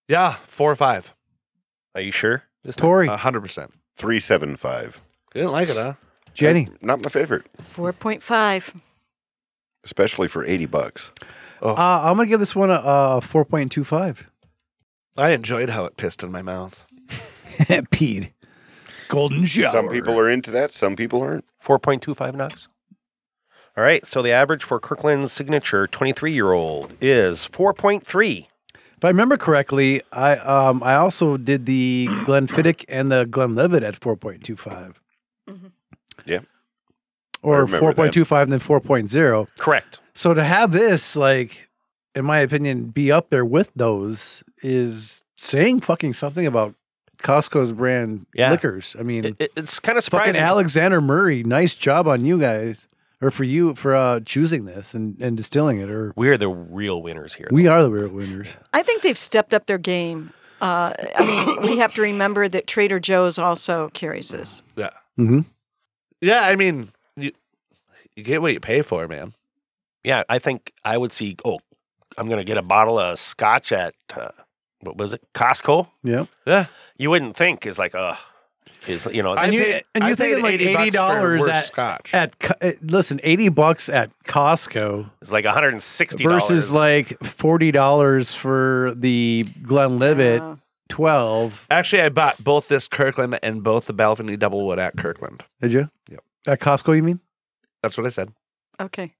Speaker 2: Yeah, four or five,
Speaker 1: Are you sure? This time?
Speaker 6: Uh,
Speaker 4: Tori,
Speaker 2: a hundred percent.
Speaker 6: Three seven five.
Speaker 2: You didn't like it, huh?
Speaker 4: Jenny.
Speaker 6: Not my favorite,
Speaker 3: 4.5.
Speaker 6: especially for eighty bucks.
Speaker 4: Uh, I'm gonna give this one a, a 4.25.
Speaker 2: I enjoyed how it pissed in my mouth.
Speaker 4: Peed. Golden shower.
Speaker 6: Some people are into that. Some people aren't.
Speaker 1: 4.25 knocks. All right. So the average for Kirkland's signature 23 year old is 4.3.
Speaker 4: If I remember correctly, I um I also did the Glenfiddich and the Glenlivet at 4.25.
Speaker 3: Mhm.
Speaker 6: Yeah. I
Speaker 4: Or
Speaker 6: remember that.
Speaker 4: 4.25 and then 4.0.
Speaker 1: Correct.
Speaker 4: So to have this like in my opinion be up there with those is saying fucking something about Costco's brand
Speaker 1: Yeah.
Speaker 4: liquors. I mean,
Speaker 1: It, it- it's kind of
Speaker 4: fucking
Speaker 1: surprising.
Speaker 4: Alexander Murray, nice job on you guys or for you for uh choosing this and and distilling it or
Speaker 1: We're the real winners here.
Speaker 4: we are the real winners.
Speaker 3: I think they've stepped up their game. Uh, I mean, we have to remember that Trader Joe's also carries this.
Speaker 2: Yeah,
Speaker 4: Mm-hmm.
Speaker 2: yeah. I mean, you you get what you pay for, man.
Speaker 1: yeah. I think I would see, oh, I'm going to get a bottle of scotch at, uh, what was it? Costco?
Speaker 4: Yep.
Speaker 2: Yeah.
Speaker 1: You wouldn't think is like, uh, is, you know, it's-
Speaker 2: I
Speaker 4: And you-
Speaker 2: paid-
Speaker 4: and you
Speaker 2: I
Speaker 4: thinking
Speaker 2: paid
Speaker 4: like
Speaker 2: $80
Speaker 4: $80
Speaker 2: for worse
Speaker 4: at-
Speaker 2: Scotch.
Speaker 4: At Co- eh, listen, 80 bucks at Costco
Speaker 1: it's like 160
Speaker 4: versus like $40 for the Glenlivet
Speaker 3: Uh,
Speaker 4: 12.
Speaker 2: Actually, I bought both this Kirkland and both the Balvenie Double Wood at Kirkland.
Speaker 4: Did you?
Speaker 2: Yep.
Speaker 4: At Costco, you mean?
Speaker 2: That's what I said.
Speaker 3: okay.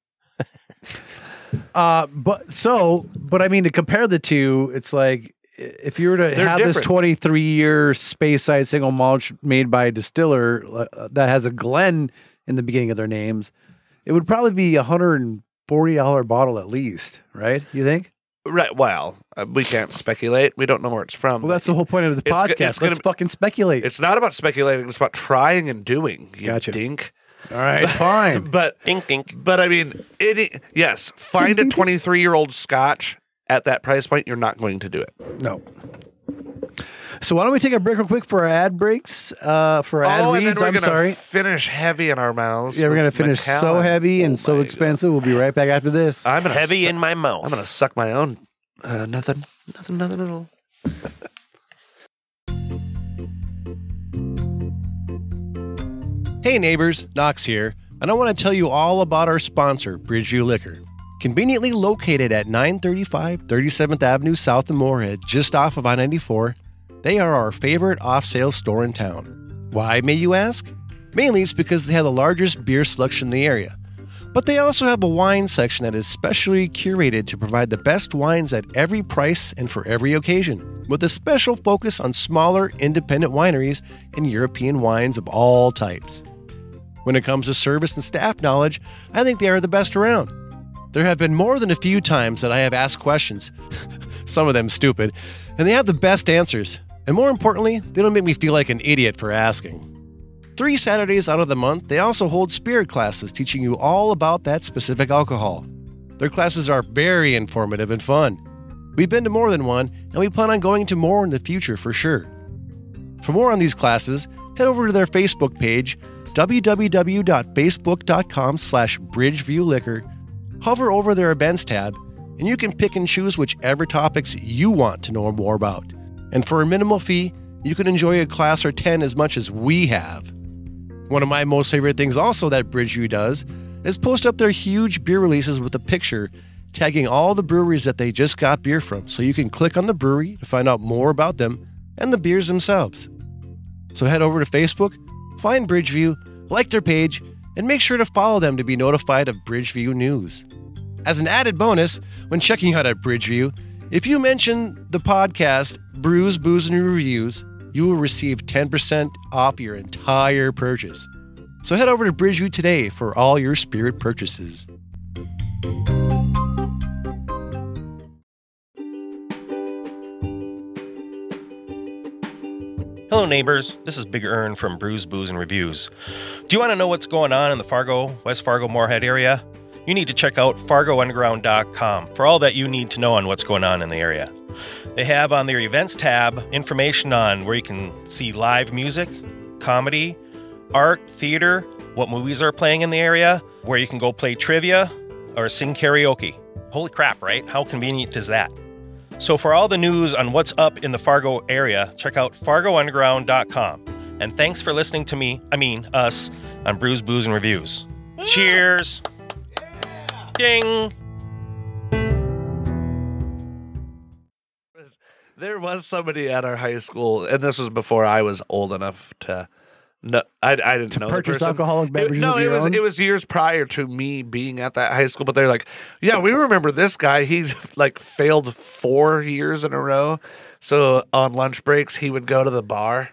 Speaker 4: Uh but so, but I mean to compare the two, it's like i- if you were to
Speaker 2: They're
Speaker 4: have this
Speaker 2: different.
Speaker 4: 23 year space side single malt made by a distiller li- uh, that has a Glen in the beginning of their names, it would probably be a $140 bottle at least, right? You think?
Speaker 2: Right. Well, uh, we can't speculate. We don't know where it's from.
Speaker 4: Well, that's the whole point of the
Speaker 2: It's go-
Speaker 4: podcast.
Speaker 2: it's
Speaker 4: Let's
Speaker 2: gonna be-
Speaker 4: fucking speculate.
Speaker 2: It's not about speculating. It's about trying and doing. You
Speaker 4: Gotcha.
Speaker 2: Dink.
Speaker 4: All right, fine.
Speaker 2: But
Speaker 1: dink, dink.
Speaker 2: but I mean, it. Yes, find a 23 year old Scotch at that price point. You're not going to do it.
Speaker 4: No. So why don't we take a break real quick for our ad breaks? Uh, for our
Speaker 2: oh,
Speaker 4: ad
Speaker 2: and then
Speaker 4: reads.
Speaker 2: we're
Speaker 4: I'm
Speaker 2: gonna
Speaker 4: sorry.
Speaker 2: Finish heavy in our mouths.
Speaker 4: Yeah, we're
Speaker 2: with
Speaker 4: gonna finish so
Speaker 2: Macallan.
Speaker 4: heavy and
Speaker 2: Oh
Speaker 4: so
Speaker 2: my
Speaker 4: expensive. We'll be right back after this.
Speaker 2: God. I'm gonna
Speaker 1: Heavy
Speaker 2: su-
Speaker 1: in my mouth.
Speaker 2: I'm gonna suck my own. Uh, nothing. Nothing. Nothing at all.
Speaker 8: Hey neighbors, Knox here, and I want to tell you all about our sponsor, Bridgeview Liquor. Conveniently located at 935 37th Avenue South in Moorhead, just off of I 94, they are our favorite off sale store in town. Why, may you ask? Mainly it's because they have the largest beer selection in the area. But they also have a wine section that is specially curated to provide the best wines at every price and for every occasion, with a special focus on smaller, independent wineries and European wines of all types. When it comes to service and staff knowledge, I think they are the best around. There have been more than a few times that I have asked questions, some of them stupid, and they have the best answers. And more importantly, they don't make me feel like an idiot for asking. Three Saturdays out of the month, they also hold spirit classes teaching you all about that specific alcohol. Their classes are very informative and fun. We've been to more than one, and we plan on going to more in the future for sure. For more on these classes, head over to their Facebook page, www.facebook.com slash bridgeviewliquor. Hover over their events tab, and you can pick and choose whichever topics you want to know more about. And for a minimal fee, you can enjoy a class or 10 as much as we have. One of my most favorite things also that Bridgeview does is post up their huge beer releases with a picture tagging all the breweries that they just got beer from so you can click on the brewery to find out more about them and the beers themselves. So head over to Facebook, find Bridgeview, like their page, and make sure to follow them to be notified of Bridgeview news. As an added bonus, when checking out at Bridgeview, if you mention the podcast Brews, Booze, and Reviews, you will receive 10% off your entire purchase. So head over to Bridgeview today for all your spirit purchases.
Speaker 1: Hello, neighbors. This is Big Earn from Brews, Booze, and Reviews. Do you want to know what's going on in the Fargo, West Fargo, Moorhead area? You need to check out fargounderground.com for all that you need to know on what's going on in the area. They have on their events tab information on where you can see live music, comedy, art, theater, what movies are playing in the area, where you can go play trivia or sing karaoke. Holy crap, right? How convenient is that? So, for all the news on what's up in the Fargo area, check out fargounderground.com. And thanks for listening to me, I mean, us, on Brews, Booze, and Reviews. Cheers! Ding!
Speaker 2: There was somebody at our high school, and this was before I was old enough to. No, I, I didn't
Speaker 4: To
Speaker 2: know the
Speaker 4: purchase
Speaker 2: person.
Speaker 4: alcoholic
Speaker 2: It-
Speaker 4: beverages
Speaker 2: no,
Speaker 4: of
Speaker 2: it
Speaker 4: your
Speaker 2: was
Speaker 4: own?
Speaker 2: it was years prior to me being at that high school. But they're like, yeah, we remember this guy. He like failed four years in a row. So on lunch breaks, he would go to the bar.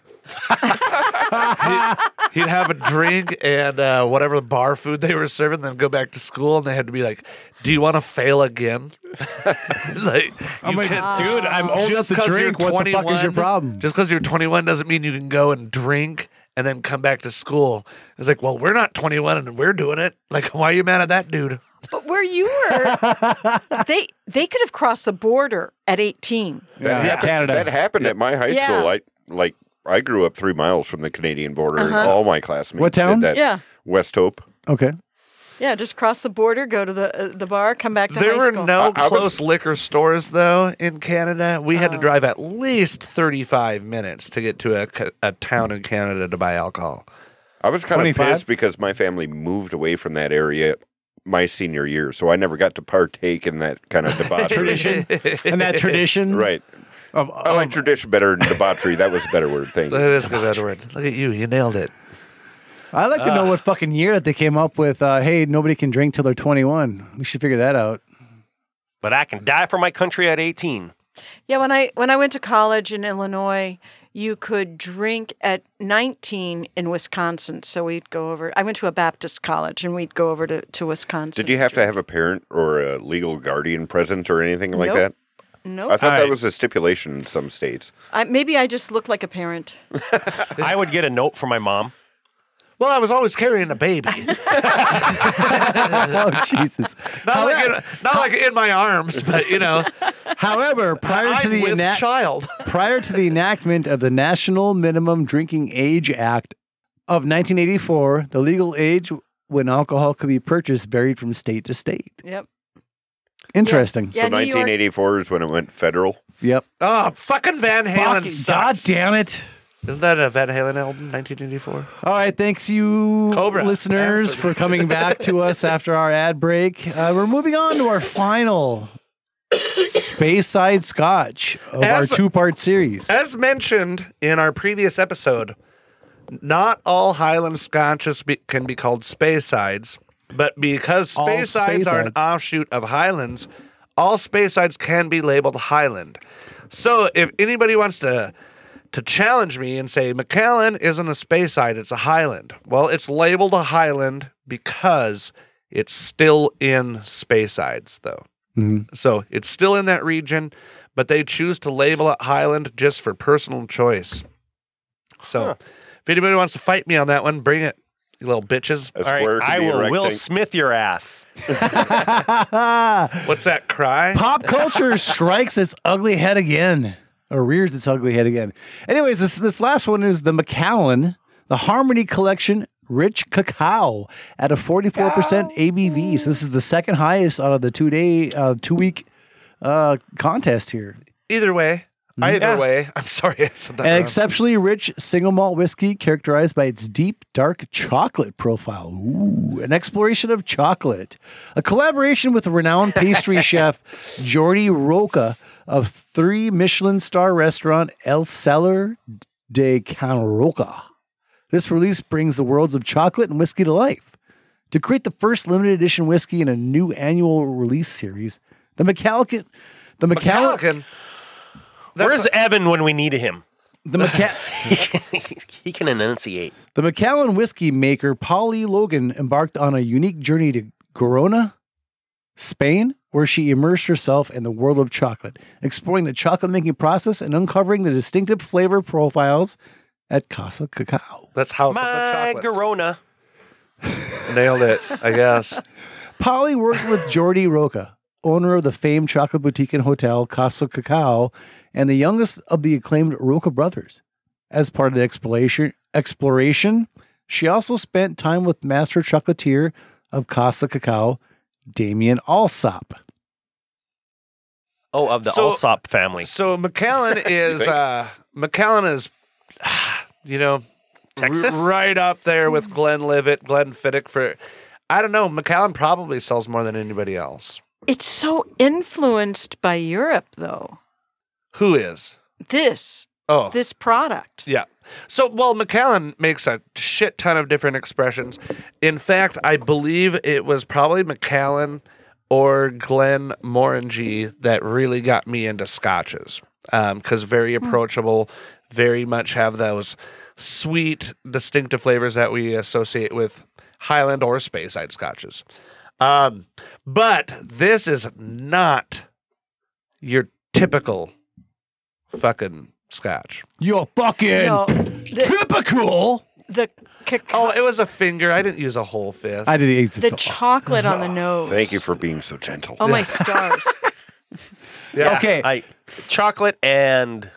Speaker 2: He'd have a drink and uh, whatever bar food they were serving, then go back to school, and they had to be like, "Do you want to fail again?" like,
Speaker 4: I'm
Speaker 2: you
Speaker 4: like,
Speaker 2: can't-
Speaker 4: dude, I'm old enough
Speaker 2: just
Speaker 4: to
Speaker 2: 'cause you're
Speaker 4: drink. What the fuck is your
Speaker 2: 21
Speaker 4: problem?
Speaker 2: Just because you're 21 doesn't mean you can go and drink and then come back to school. It's like, well, we're not 21 and we're doing it. Like, why are you mad at that dude?
Speaker 3: But where you were, they they could have crossed the border at 18.
Speaker 6: That,
Speaker 4: Yeah,
Speaker 6: happened,
Speaker 4: Canada.
Speaker 6: that happened at my high
Speaker 3: Yeah.
Speaker 6: school. I like I grew up three miles from the Canadian border, and
Speaker 3: Uh-huh.
Speaker 6: all my classmates.
Speaker 4: What town?
Speaker 6: Did that.
Speaker 3: Yeah,
Speaker 6: West Hope.
Speaker 4: Okay.
Speaker 3: yeah. Just cross the border, go to the uh, the bar, come back to
Speaker 2: there
Speaker 3: high
Speaker 2: were
Speaker 3: school.
Speaker 2: no
Speaker 6: I- I was-
Speaker 2: close liquor stores though in Canada. We had to
Speaker 3: Oh.
Speaker 2: drive at least 35 minutes to get to a, ca- a town in Canada to buy alcohol.
Speaker 6: I was kind
Speaker 4: 25?
Speaker 6: of pissed because my family moved away from that area my senior year, so I never got to partake in that kind of debauchery.
Speaker 4: Tradition. and that tradition.
Speaker 6: right.
Speaker 4: Of,
Speaker 6: I like tradition better than debauchery. That was a better word. Thank you.
Speaker 2: That is a good word. Look at you. You nailed it.
Speaker 4: I like to know what fucking year that they came up with. Uh, hey, nobody can drink till they're 21. We should figure that out.
Speaker 1: But I can die for my country at 18.
Speaker 3: Yeah, when I when I went to college in Illinois, you could drink at 19 in Wisconsin. So we'd go over. I went to a Baptist college, and we'd go over to to Wisconsin.
Speaker 6: Did you have to have a parent or a legal guardian present or anything like
Speaker 3: Nope.
Speaker 6: that?
Speaker 3: No,
Speaker 6: I thought
Speaker 1: All
Speaker 6: that
Speaker 1: right.
Speaker 6: was a stipulation in some states.
Speaker 3: I, maybe I just look like a parent.
Speaker 1: I would get a note from my mom.
Speaker 2: Well, I was always carrying a baby.
Speaker 4: oh, Jesus.
Speaker 2: Not like, in, not like in my arms, but you know,
Speaker 4: However, prior to
Speaker 2: I'm
Speaker 4: the
Speaker 2: with
Speaker 4: ena-
Speaker 2: child.
Speaker 4: prior to the enactment of the National Minimum Drinking Age Act of 1984, the legal age when alcohol could be purchased varied from state to state.
Speaker 3: Yep.
Speaker 4: Interesting.
Speaker 3: Yeah,
Speaker 6: so
Speaker 3: New York-
Speaker 6: 1984 is when it went federal.
Speaker 4: Yep.
Speaker 2: Oh, fucking Van Halen
Speaker 4: Fucking- God
Speaker 2: sucks.
Speaker 4: damn it.
Speaker 2: Isn't that a Van Halen album, 1984?
Speaker 4: All right, thanks you
Speaker 2: Cobra.
Speaker 4: listeners
Speaker 2: Answer.
Speaker 4: for coming back to us after our ad break. Uh, we're moving on to our final Space Side Scotch of
Speaker 2: As-
Speaker 4: our two-part series.
Speaker 2: As mentioned in our previous episode, not all Highland scotches be- can be called Spaysides, but because
Speaker 4: All
Speaker 2: Spaysides are an
Speaker 4: Spaysides.
Speaker 2: offshoot of Highlands, all Spaysides can be labeled Highland. So if anybody wants to to challenge me and say McAllen isn't a Spayside, it's a Highland. Well, it's labeled a Highland because it's still in Spaysides, though.
Speaker 4: Mm-hmm.
Speaker 2: So it's still in that region, but they choose to label it Highland just for personal choice. So if If anybody wants to fight me on that one, bring it, you little bitches.
Speaker 6: A
Speaker 9: All right,
Speaker 6: square could
Speaker 9: I
Speaker 6: be a
Speaker 9: will Will
Speaker 6: rectangle.
Speaker 9: Smith your ass.
Speaker 2: What's that cry?
Speaker 4: Pop culture strikes its ugly head again, or rears its ugly head again. Anyways, this this last one is the McAllen, the Harmony Collection Rich Cacao at a 44% ABV. So this is the second highest out of the two day, uh, two week uh, contest here.
Speaker 2: Either way,
Speaker 4: Hmm?
Speaker 2: either way. I'm sorry, I said that.
Speaker 4: An
Speaker 2: wrong.
Speaker 4: exceptionally rich single malt whiskey characterized by its deep, dark chocolate profile. Ooh, an exploration of chocolate. A collaboration with renowned pastry chef Jordi Roca of three Michelin star restaurant El Cellar de Can Roca. This release brings the worlds of chocolate and whiskey to life. To create the first limited edition whiskey in a new annual release series, the McCallican, the McCallican,
Speaker 2: McCallican.
Speaker 1: Where's Evan when we need him?
Speaker 4: the McCallican.
Speaker 1: he can enunciate.
Speaker 4: The McAllen whiskey maker Polly Logan embarked on a unique journey to Corona, Spain, where she immersed herself in the world of chocolate, exploring the chocolate making process and uncovering the distinctive flavor profiles at Casa Cacao.
Speaker 2: That's House
Speaker 1: My
Speaker 2: of the Chocolates.
Speaker 1: Corona.
Speaker 2: Nailed it, I guess.
Speaker 4: Polly worked with Jordi Roca, owner of the famed chocolate boutique and hotel Casa Cacao, and the youngest of the acclaimed Roca brothers. As part of the exploration, exploration, she also spent time with master chocolatier of Casa Cacao, Damien Alsop.
Speaker 1: Oh, of the
Speaker 2: So-
Speaker 1: Alsop family.
Speaker 2: So McAllen is
Speaker 6: think?
Speaker 2: uh McAllen is you know r-
Speaker 9: Texas?
Speaker 2: right up there with Glenn Livett, Glenn Fiddick for I don't know, McAllen probably sells more than anybody else.
Speaker 3: It's so influenced by Europe, though.
Speaker 2: Who is?
Speaker 3: This
Speaker 2: Oh.
Speaker 3: this product.
Speaker 2: Yeah. So, well, McAllen makes a shit ton of different expressions. In fact, I believe it was probably McAllen or Glenn Morangy that really got me into scotches because very approachable, very much have those sweet, distinctive flavors that we associate with Highland or Speyside scotches. Um, but this is not your typical fucking scotch.
Speaker 4: You're fucking
Speaker 3: No, the,
Speaker 4: typical.
Speaker 3: the cacao,
Speaker 2: Oh, it was a finger. I didn't use a whole fist.
Speaker 4: I did eggs.
Speaker 3: the chocolate on the nose.
Speaker 6: Thank you for being so gentle.
Speaker 3: Oh my stars!
Speaker 2: Yeah.
Speaker 4: Okay,
Speaker 1: I chocolate and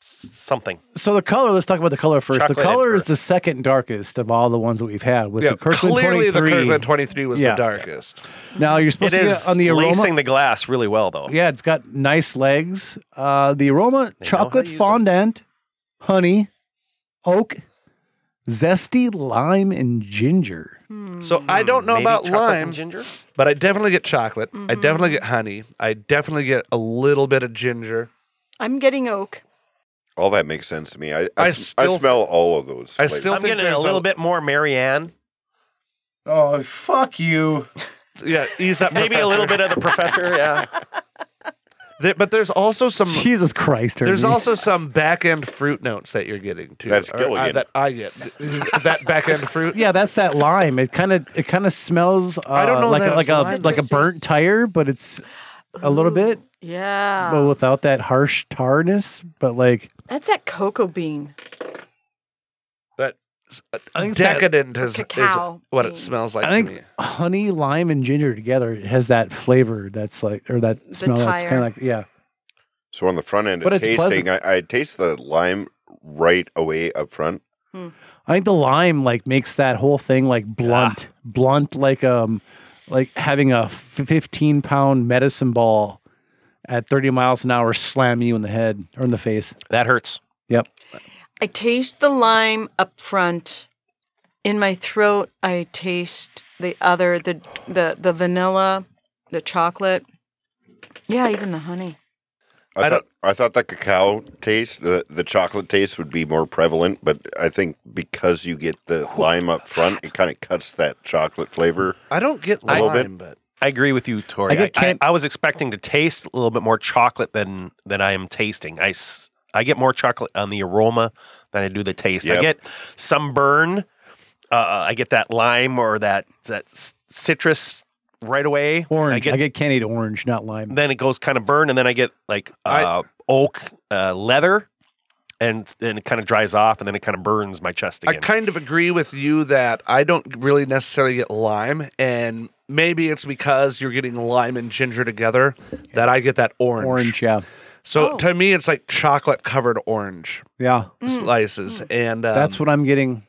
Speaker 1: something.
Speaker 4: so the color. Let's talk about the color first. the
Speaker 1: Chocolate
Speaker 4: color
Speaker 1: and-
Speaker 4: is the second darkest of all the ones that we've had. With
Speaker 2: Yeah,
Speaker 4: the Kirkland
Speaker 2: clearly the
Speaker 4: 23.
Speaker 2: Kirkland 23 was
Speaker 4: Yeah.
Speaker 2: the darkest.
Speaker 4: Now you're supposed
Speaker 1: it
Speaker 4: to
Speaker 1: is
Speaker 4: get on the aroma.
Speaker 1: lacing the glass really well, though.
Speaker 4: Yeah, it's got nice legs. Uh, the aroma:
Speaker 1: They know
Speaker 4: chocolate
Speaker 1: how to use 'em.
Speaker 4: fondant, honey, oak, zesty lime, and ginger.
Speaker 2: So I don't know
Speaker 1: Hmm, Maybe chocolate
Speaker 2: about
Speaker 1: and Mm-hmm.
Speaker 2: lime,
Speaker 1: ginger.
Speaker 2: but I definitely get chocolate. I definitely get honey. I definitely get a little bit of ginger.
Speaker 3: I'm getting oak.
Speaker 6: All that makes sense to me. I, I,
Speaker 2: I
Speaker 6: s- I
Speaker 2: still-
Speaker 6: smell all of those.
Speaker 2: I
Speaker 6: flavors.
Speaker 2: still
Speaker 1: I'm
Speaker 2: think
Speaker 1: getting a
Speaker 2: there's
Speaker 1: little bit more Marianne.
Speaker 8: Oh, fuck you.
Speaker 2: Yeah, ease up.
Speaker 1: Maybe a little
Speaker 2: professor.
Speaker 1: bit of the professor. Yeah.
Speaker 2: There- but there's also some.
Speaker 4: Jesus Christ!
Speaker 2: There's
Speaker 4: Ernie.
Speaker 2: also some back end fruit notes that you're getting too.
Speaker 6: That's
Speaker 2: or, uh,
Speaker 6: Gilligan.
Speaker 2: that I get. that back end fruit.
Speaker 4: Yeah, that's that lime. It kind of it kind of smells. Uh,
Speaker 2: I don't know
Speaker 4: like
Speaker 2: that
Speaker 4: a, like
Speaker 2: it's
Speaker 4: a
Speaker 2: lime.
Speaker 4: like a burnt tire, but it's a little
Speaker 3: Ooh, ah.
Speaker 4: bit,
Speaker 3: Yeah,
Speaker 4: but without that harsh tarness. But like,
Speaker 3: that's that cocoa bean.
Speaker 4: I think it's that-
Speaker 2: decadent is, is
Speaker 3: cacao
Speaker 2: what
Speaker 3: bean.
Speaker 2: it smells like.
Speaker 4: I think
Speaker 2: to me.
Speaker 4: honey, lime, and ginger together it has that flavor. That's like or that
Speaker 3: The
Speaker 4: smell. That's kind
Speaker 3: tire.
Speaker 4: of like yeah.
Speaker 6: So on the front end
Speaker 4: But
Speaker 6: of
Speaker 4: it's pleasant.
Speaker 6: tasting, I, I taste the lime right away up front.
Speaker 4: I think the lime like makes that whole thing like blunt,
Speaker 2: Ah.
Speaker 4: blunt like um like having a fifteen pound medicine ball at thirty miles an hour slam you in the head or in the face.
Speaker 1: That hurts.
Speaker 4: Yep.
Speaker 3: I taste the lime up front. In my throat, I taste the other, the the the vanilla, the chocolate. Yeah, even the honey.
Speaker 6: I,
Speaker 2: I
Speaker 6: thought I thought the cacao taste, the, the chocolate taste would be more prevalent, but I think because you get the lime up front, it kind of cuts that chocolate flavor.
Speaker 2: I don't get
Speaker 6: A
Speaker 2: lime,
Speaker 6: little bit.
Speaker 2: but
Speaker 1: I agree with you,
Speaker 4: I
Speaker 1: Tori. I,
Speaker 4: get
Speaker 1: I,
Speaker 4: Kent-
Speaker 1: I was expecting to taste a little bit more chocolate than than I am tasting. I, s- I get more chocolate on the aroma than I do the taste. I
Speaker 6: Yep.
Speaker 1: get some burn. Uh, I get that lime or that that c- citrus right away.
Speaker 4: Orange.
Speaker 1: I get,
Speaker 4: candied orange, not lime.
Speaker 1: then it goes kind of burn, and then I get like
Speaker 2: I-
Speaker 1: uh, oak uh, leather, and then it kind of dries off, and then it kind of burns my chest
Speaker 2: I
Speaker 1: again.
Speaker 2: kind of agree with you that I don't really necessarily get lime, and maybe it's because you're getting lime and ginger together that I get that orange.
Speaker 4: Orange, yeah.
Speaker 2: So
Speaker 3: Oh.
Speaker 2: to me, it's like chocolate covered orange
Speaker 4: Yeah.
Speaker 2: slices, and um,
Speaker 4: That's what I'm getting.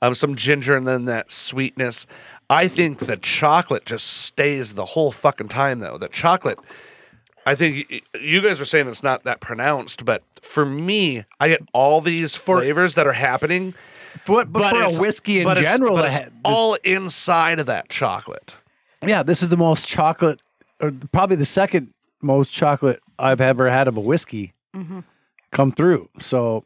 Speaker 2: um, some ginger, and then that sweetness. I think the chocolate just stays the whole fucking time, though. The chocolate. I think y- y- you guys are saying it's not that pronounced, but for me, I get all these flavors that are happening.
Speaker 4: But, but, for
Speaker 2: it's-
Speaker 4: a whiskey in
Speaker 2: but it's-
Speaker 4: general,
Speaker 2: but
Speaker 4: that
Speaker 2: it's
Speaker 4: ha- this-
Speaker 2: all inside of that chocolate.
Speaker 4: yeah, this is the most chocolate, or probably the second most chocolate I've ever had of a whiskey
Speaker 3: Mm-hmm.
Speaker 4: come through. So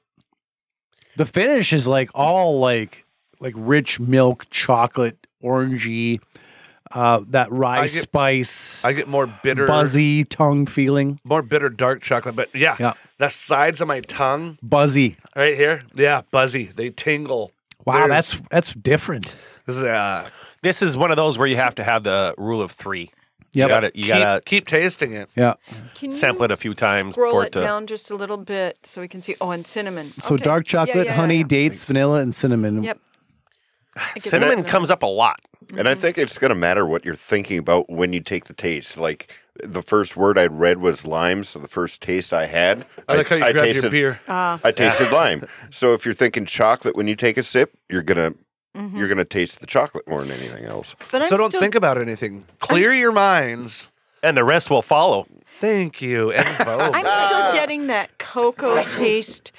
Speaker 4: the finish is like all like like rich milk, chocolate, orangey, uh, that rye
Speaker 2: I get-
Speaker 4: spice,
Speaker 2: I get more bitter,
Speaker 4: buzzy tongue feeling,
Speaker 2: more bitter dark chocolate. But yeah,
Speaker 4: Yeah.
Speaker 2: the sides of my tongue
Speaker 4: buzzy.
Speaker 2: right here, yeah, buzzy. They tingle.
Speaker 4: Wow,
Speaker 2: There's-
Speaker 4: that's that's different.
Speaker 2: this is uh,
Speaker 1: this is one of those where you have to have the rule of three.
Speaker 3: Mm-hmm.
Speaker 1: You
Speaker 4: Yep.
Speaker 1: got to You
Speaker 2: keep,
Speaker 1: got to
Speaker 2: keep tasting it.
Speaker 4: Yeah.
Speaker 3: Can you
Speaker 1: sample it a few times
Speaker 3: scroll
Speaker 1: before
Speaker 3: it down just a little bit so we can see? Oh, and cinnamon.
Speaker 4: So
Speaker 3: Okay.
Speaker 4: dark
Speaker 3: Yeah,
Speaker 4: chocolate,
Speaker 3: yeah,
Speaker 4: honey,
Speaker 3: yeah.
Speaker 4: dates, vanilla, and cinnamon.
Speaker 3: Yep. I get
Speaker 1: Cinnamon comes up a lot.
Speaker 6: And
Speaker 2: Mm-hmm.
Speaker 6: I think it's going to matter what you're thinking about when you take the taste. Like the first word I read was lime, so the first taste I had,
Speaker 2: I like how you grabbed
Speaker 6: tasted,
Speaker 2: your beer.
Speaker 3: Oh,
Speaker 6: I tasted lime. So if you're thinking chocolate when you take a sip, you're gonna
Speaker 2: Mm-hmm.
Speaker 6: you're gonna taste the chocolate more than anything else.
Speaker 3: But
Speaker 2: so
Speaker 3: I'm
Speaker 2: don't
Speaker 3: still-
Speaker 2: think about anything. Clear your minds.
Speaker 1: And the rest will follow.
Speaker 2: Thank you. And vote.
Speaker 3: I'm still getting that cocoa taste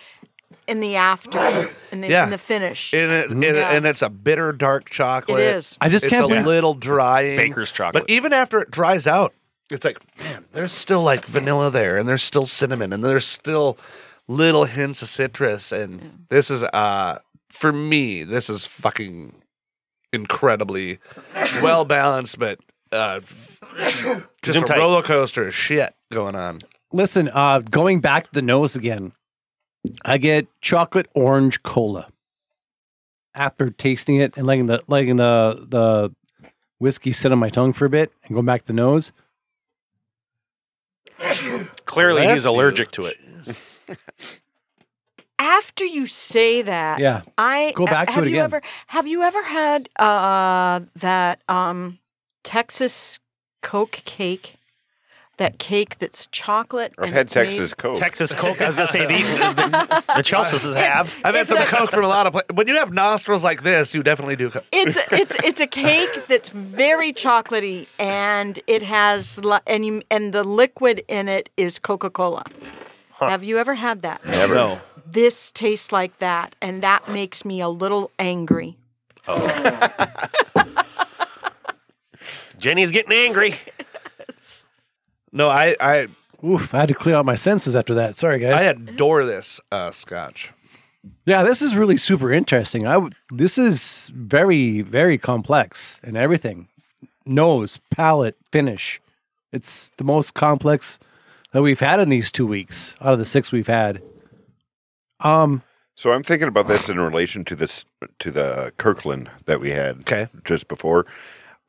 Speaker 3: in the after, in the,
Speaker 2: Yeah.
Speaker 3: in the finish.
Speaker 2: and, it, and, it-
Speaker 3: Yeah.
Speaker 2: and it's a bitter dark chocolate.
Speaker 3: It is.
Speaker 4: Mm-hmm. I just
Speaker 2: It's
Speaker 4: can't
Speaker 2: a
Speaker 4: believe-
Speaker 2: little drying.
Speaker 1: Baker's chocolate.
Speaker 2: But even after it dries out, it's like, man, there's still like vanilla there, and there's still cinnamon, and there's still little hints of citrus. And this is, uh, for me, this is fucking incredibly well balanced, but uh, just
Speaker 1: Zoom
Speaker 2: a
Speaker 1: tight.
Speaker 2: roller coaster of shit going on.
Speaker 4: Listen, uh, going back to the nose again, I get chocolate orange cola after tasting it and letting the letting the the whiskey sit on my tongue for a bit and going back to the nose.
Speaker 1: Clearly,
Speaker 2: Bless
Speaker 1: he's allergic to it.
Speaker 3: after you say that,
Speaker 4: Yeah,
Speaker 3: I
Speaker 4: Go back to
Speaker 3: have
Speaker 4: it
Speaker 3: you
Speaker 4: again.
Speaker 3: ever have you ever had uh, that um, Texas Coke cake? That cake that's chocolate.
Speaker 6: I've
Speaker 3: and
Speaker 6: had
Speaker 3: it's made-
Speaker 6: Texas Coke.
Speaker 1: Texas Coke. I was gonna say the the, the Chelsea's have.
Speaker 2: I've had
Speaker 3: It's
Speaker 2: some
Speaker 3: a-
Speaker 2: coke from a lot of places. When you have nostrils like this, you definitely do. Co-
Speaker 3: It's a- it's it's a cake that's very chocolatey, and it has li- and you, and the liquid in it is Coca Cola. Have you ever had that?
Speaker 6: Never.
Speaker 3: This tastes like that, and that makes me a little angry.
Speaker 1: Jenny's getting angry.
Speaker 2: No, I, I,
Speaker 4: oof! I had to clear out my senses after that. Sorry, guys.
Speaker 2: I adore this uh, scotch.
Speaker 4: yeah, this is really super interesting. I w- this is very very complex and everything. Nose, palate, finish. It's the most complex that we've had in these two weeks out of the six we've had. Um.
Speaker 6: So I'm thinking about this in relation to this to the Kirkland that we had
Speaker 2: Okay.
Speaker 6: just before.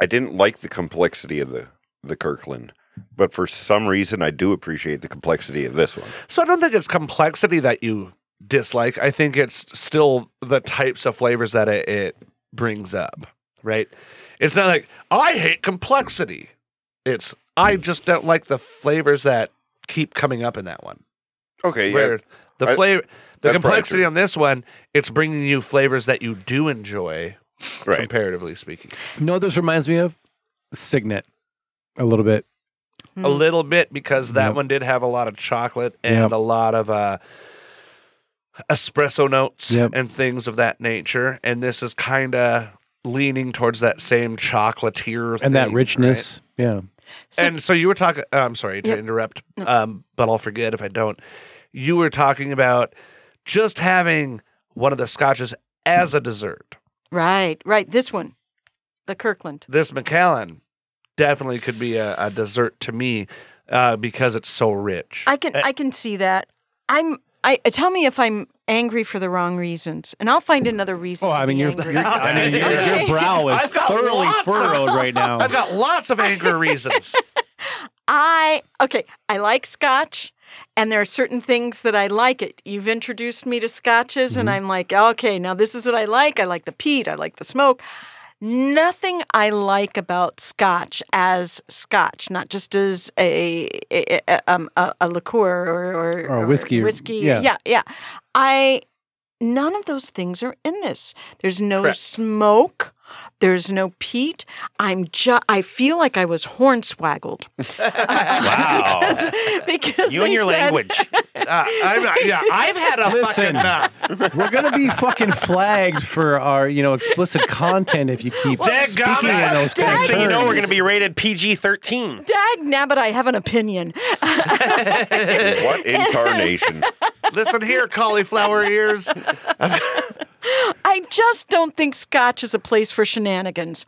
Speaker 6: I didn't like the complexity of the the Kirkland, but for some reason I do appreciate the complexity of this one.
Speaker 2: So I don't think it's complexity that you dislike. I think it's still the types of flavors that it, it brings up, right? It's not like I hate complexity. It's
Speaker 6: Hmm.
Speaker 2: I just don't like the flavors that keep coming up in that one.
Speaker 6: Okay, yeah.
Speaker 2: Where the
Speaker 6: I-
Speaker 2: flavor, the
Speaker 6: that's probably
Speaker 2: complexity
Speaker 6: true.
Speaker 2: on this one, it's bringing you flavors that you do enjoy,
Speaker 6: Right.
Speaker 2: comparatively speaking.
Speaker 4: You know what this reminds me of? Signet. A little bit.
Speaker 2: a little bit because that
Speaker 4: Yep.
Speaker 2: one did have a lot of chocolate and
Speaker 4: Yep.
Speaker 2: a lot of uh, espresso notes
Speaker 4: Yep.
Speaker 2: and things of that nature. And this is kind of leaning towards that same chocolatier thing,
Speaker 4: And that
Speaker 2: right?
Speaker 4: richness. Yeah.
Speaker 2: And so you were talking. uh, I'm sorry to
Speaker 3: Yep.
Speaker 2: interrupt, um, but I'll forget if I don't. You were talking about just having one of the scotches as a dessert.
Speaker 3: Right, right. This one, the Kirkland.
Speaker 2: This Macallan definitely could be a, a dessert to me uh, because it's so rich.
Speaker 3: I can I can see that. I'm. I tell me if I'm angry for the wrong reasons, and I'll find another reason.
Speaker 4: Oh,
Speaker 3: to
Speaker 4: I mean,
Speaker 3: be
Speaker 4: your,
Speaker 3: angry.
Speaker 4: your- I mean, your, your brow is
Speaker 2: I've got
Speaker 4: thoroughly
Speaker 2: lots of-
Speaker 4: furrowed right now.
Speaker 2: I've got lots of anger reasons.
Speaker 3: I okay, I like scotch and there are certain things that I like it. You've introduced me to scotches and
Speaker 4: Mm-hmm.
Speaker 3: I'm like, okay, now this is what I like. I like the peat, I like the smoke. Nothing I like about scotch as scotch, not just as a a, a, um, a, a liqueur or or,
Speaker 4: Or a whiskey or-
Speaker 3: whiskey.
Speaker 4: yeah.
Speaker 3: yeah, yeah. I none of those things are in this. There's no
Speaker 2: Correct.
Speaker 3: smoke. There's no peat. I'm ju- I feel like I was hornswaggled.
Speaker 1: Wow.
Speaker 3: because, because
Speaker 1: you and
Speaker 3: they
Speaker 1: your
Speaker 3: said-
Speaker 1: language.
Speaker 2: Uh, I'm not, yeah, I've had a
Speaker 4: Listen.
Speaker 2: fucking enough.
Speaker 4: We're gonna be fucking flagged for our, you know, explicit content if you keep
Speaker 2: Well,
Speaker 4: speaking
Speaker 2: dadgummit.
Speaker 4: in those kind
Speaker 1: Next
Speaker 4: of
Speaker 1: thing you know, we're
Speaker 4: terms.
Speaker 1: going to be rated PG 13.
Speaker 3: Dag nabbit, I have an opinion.
Speaker 6: What incarnation?
Speaker 2: Listen here, cauliflower ears.
Speaker 3: I just don't think scotch is a place for shenanigans.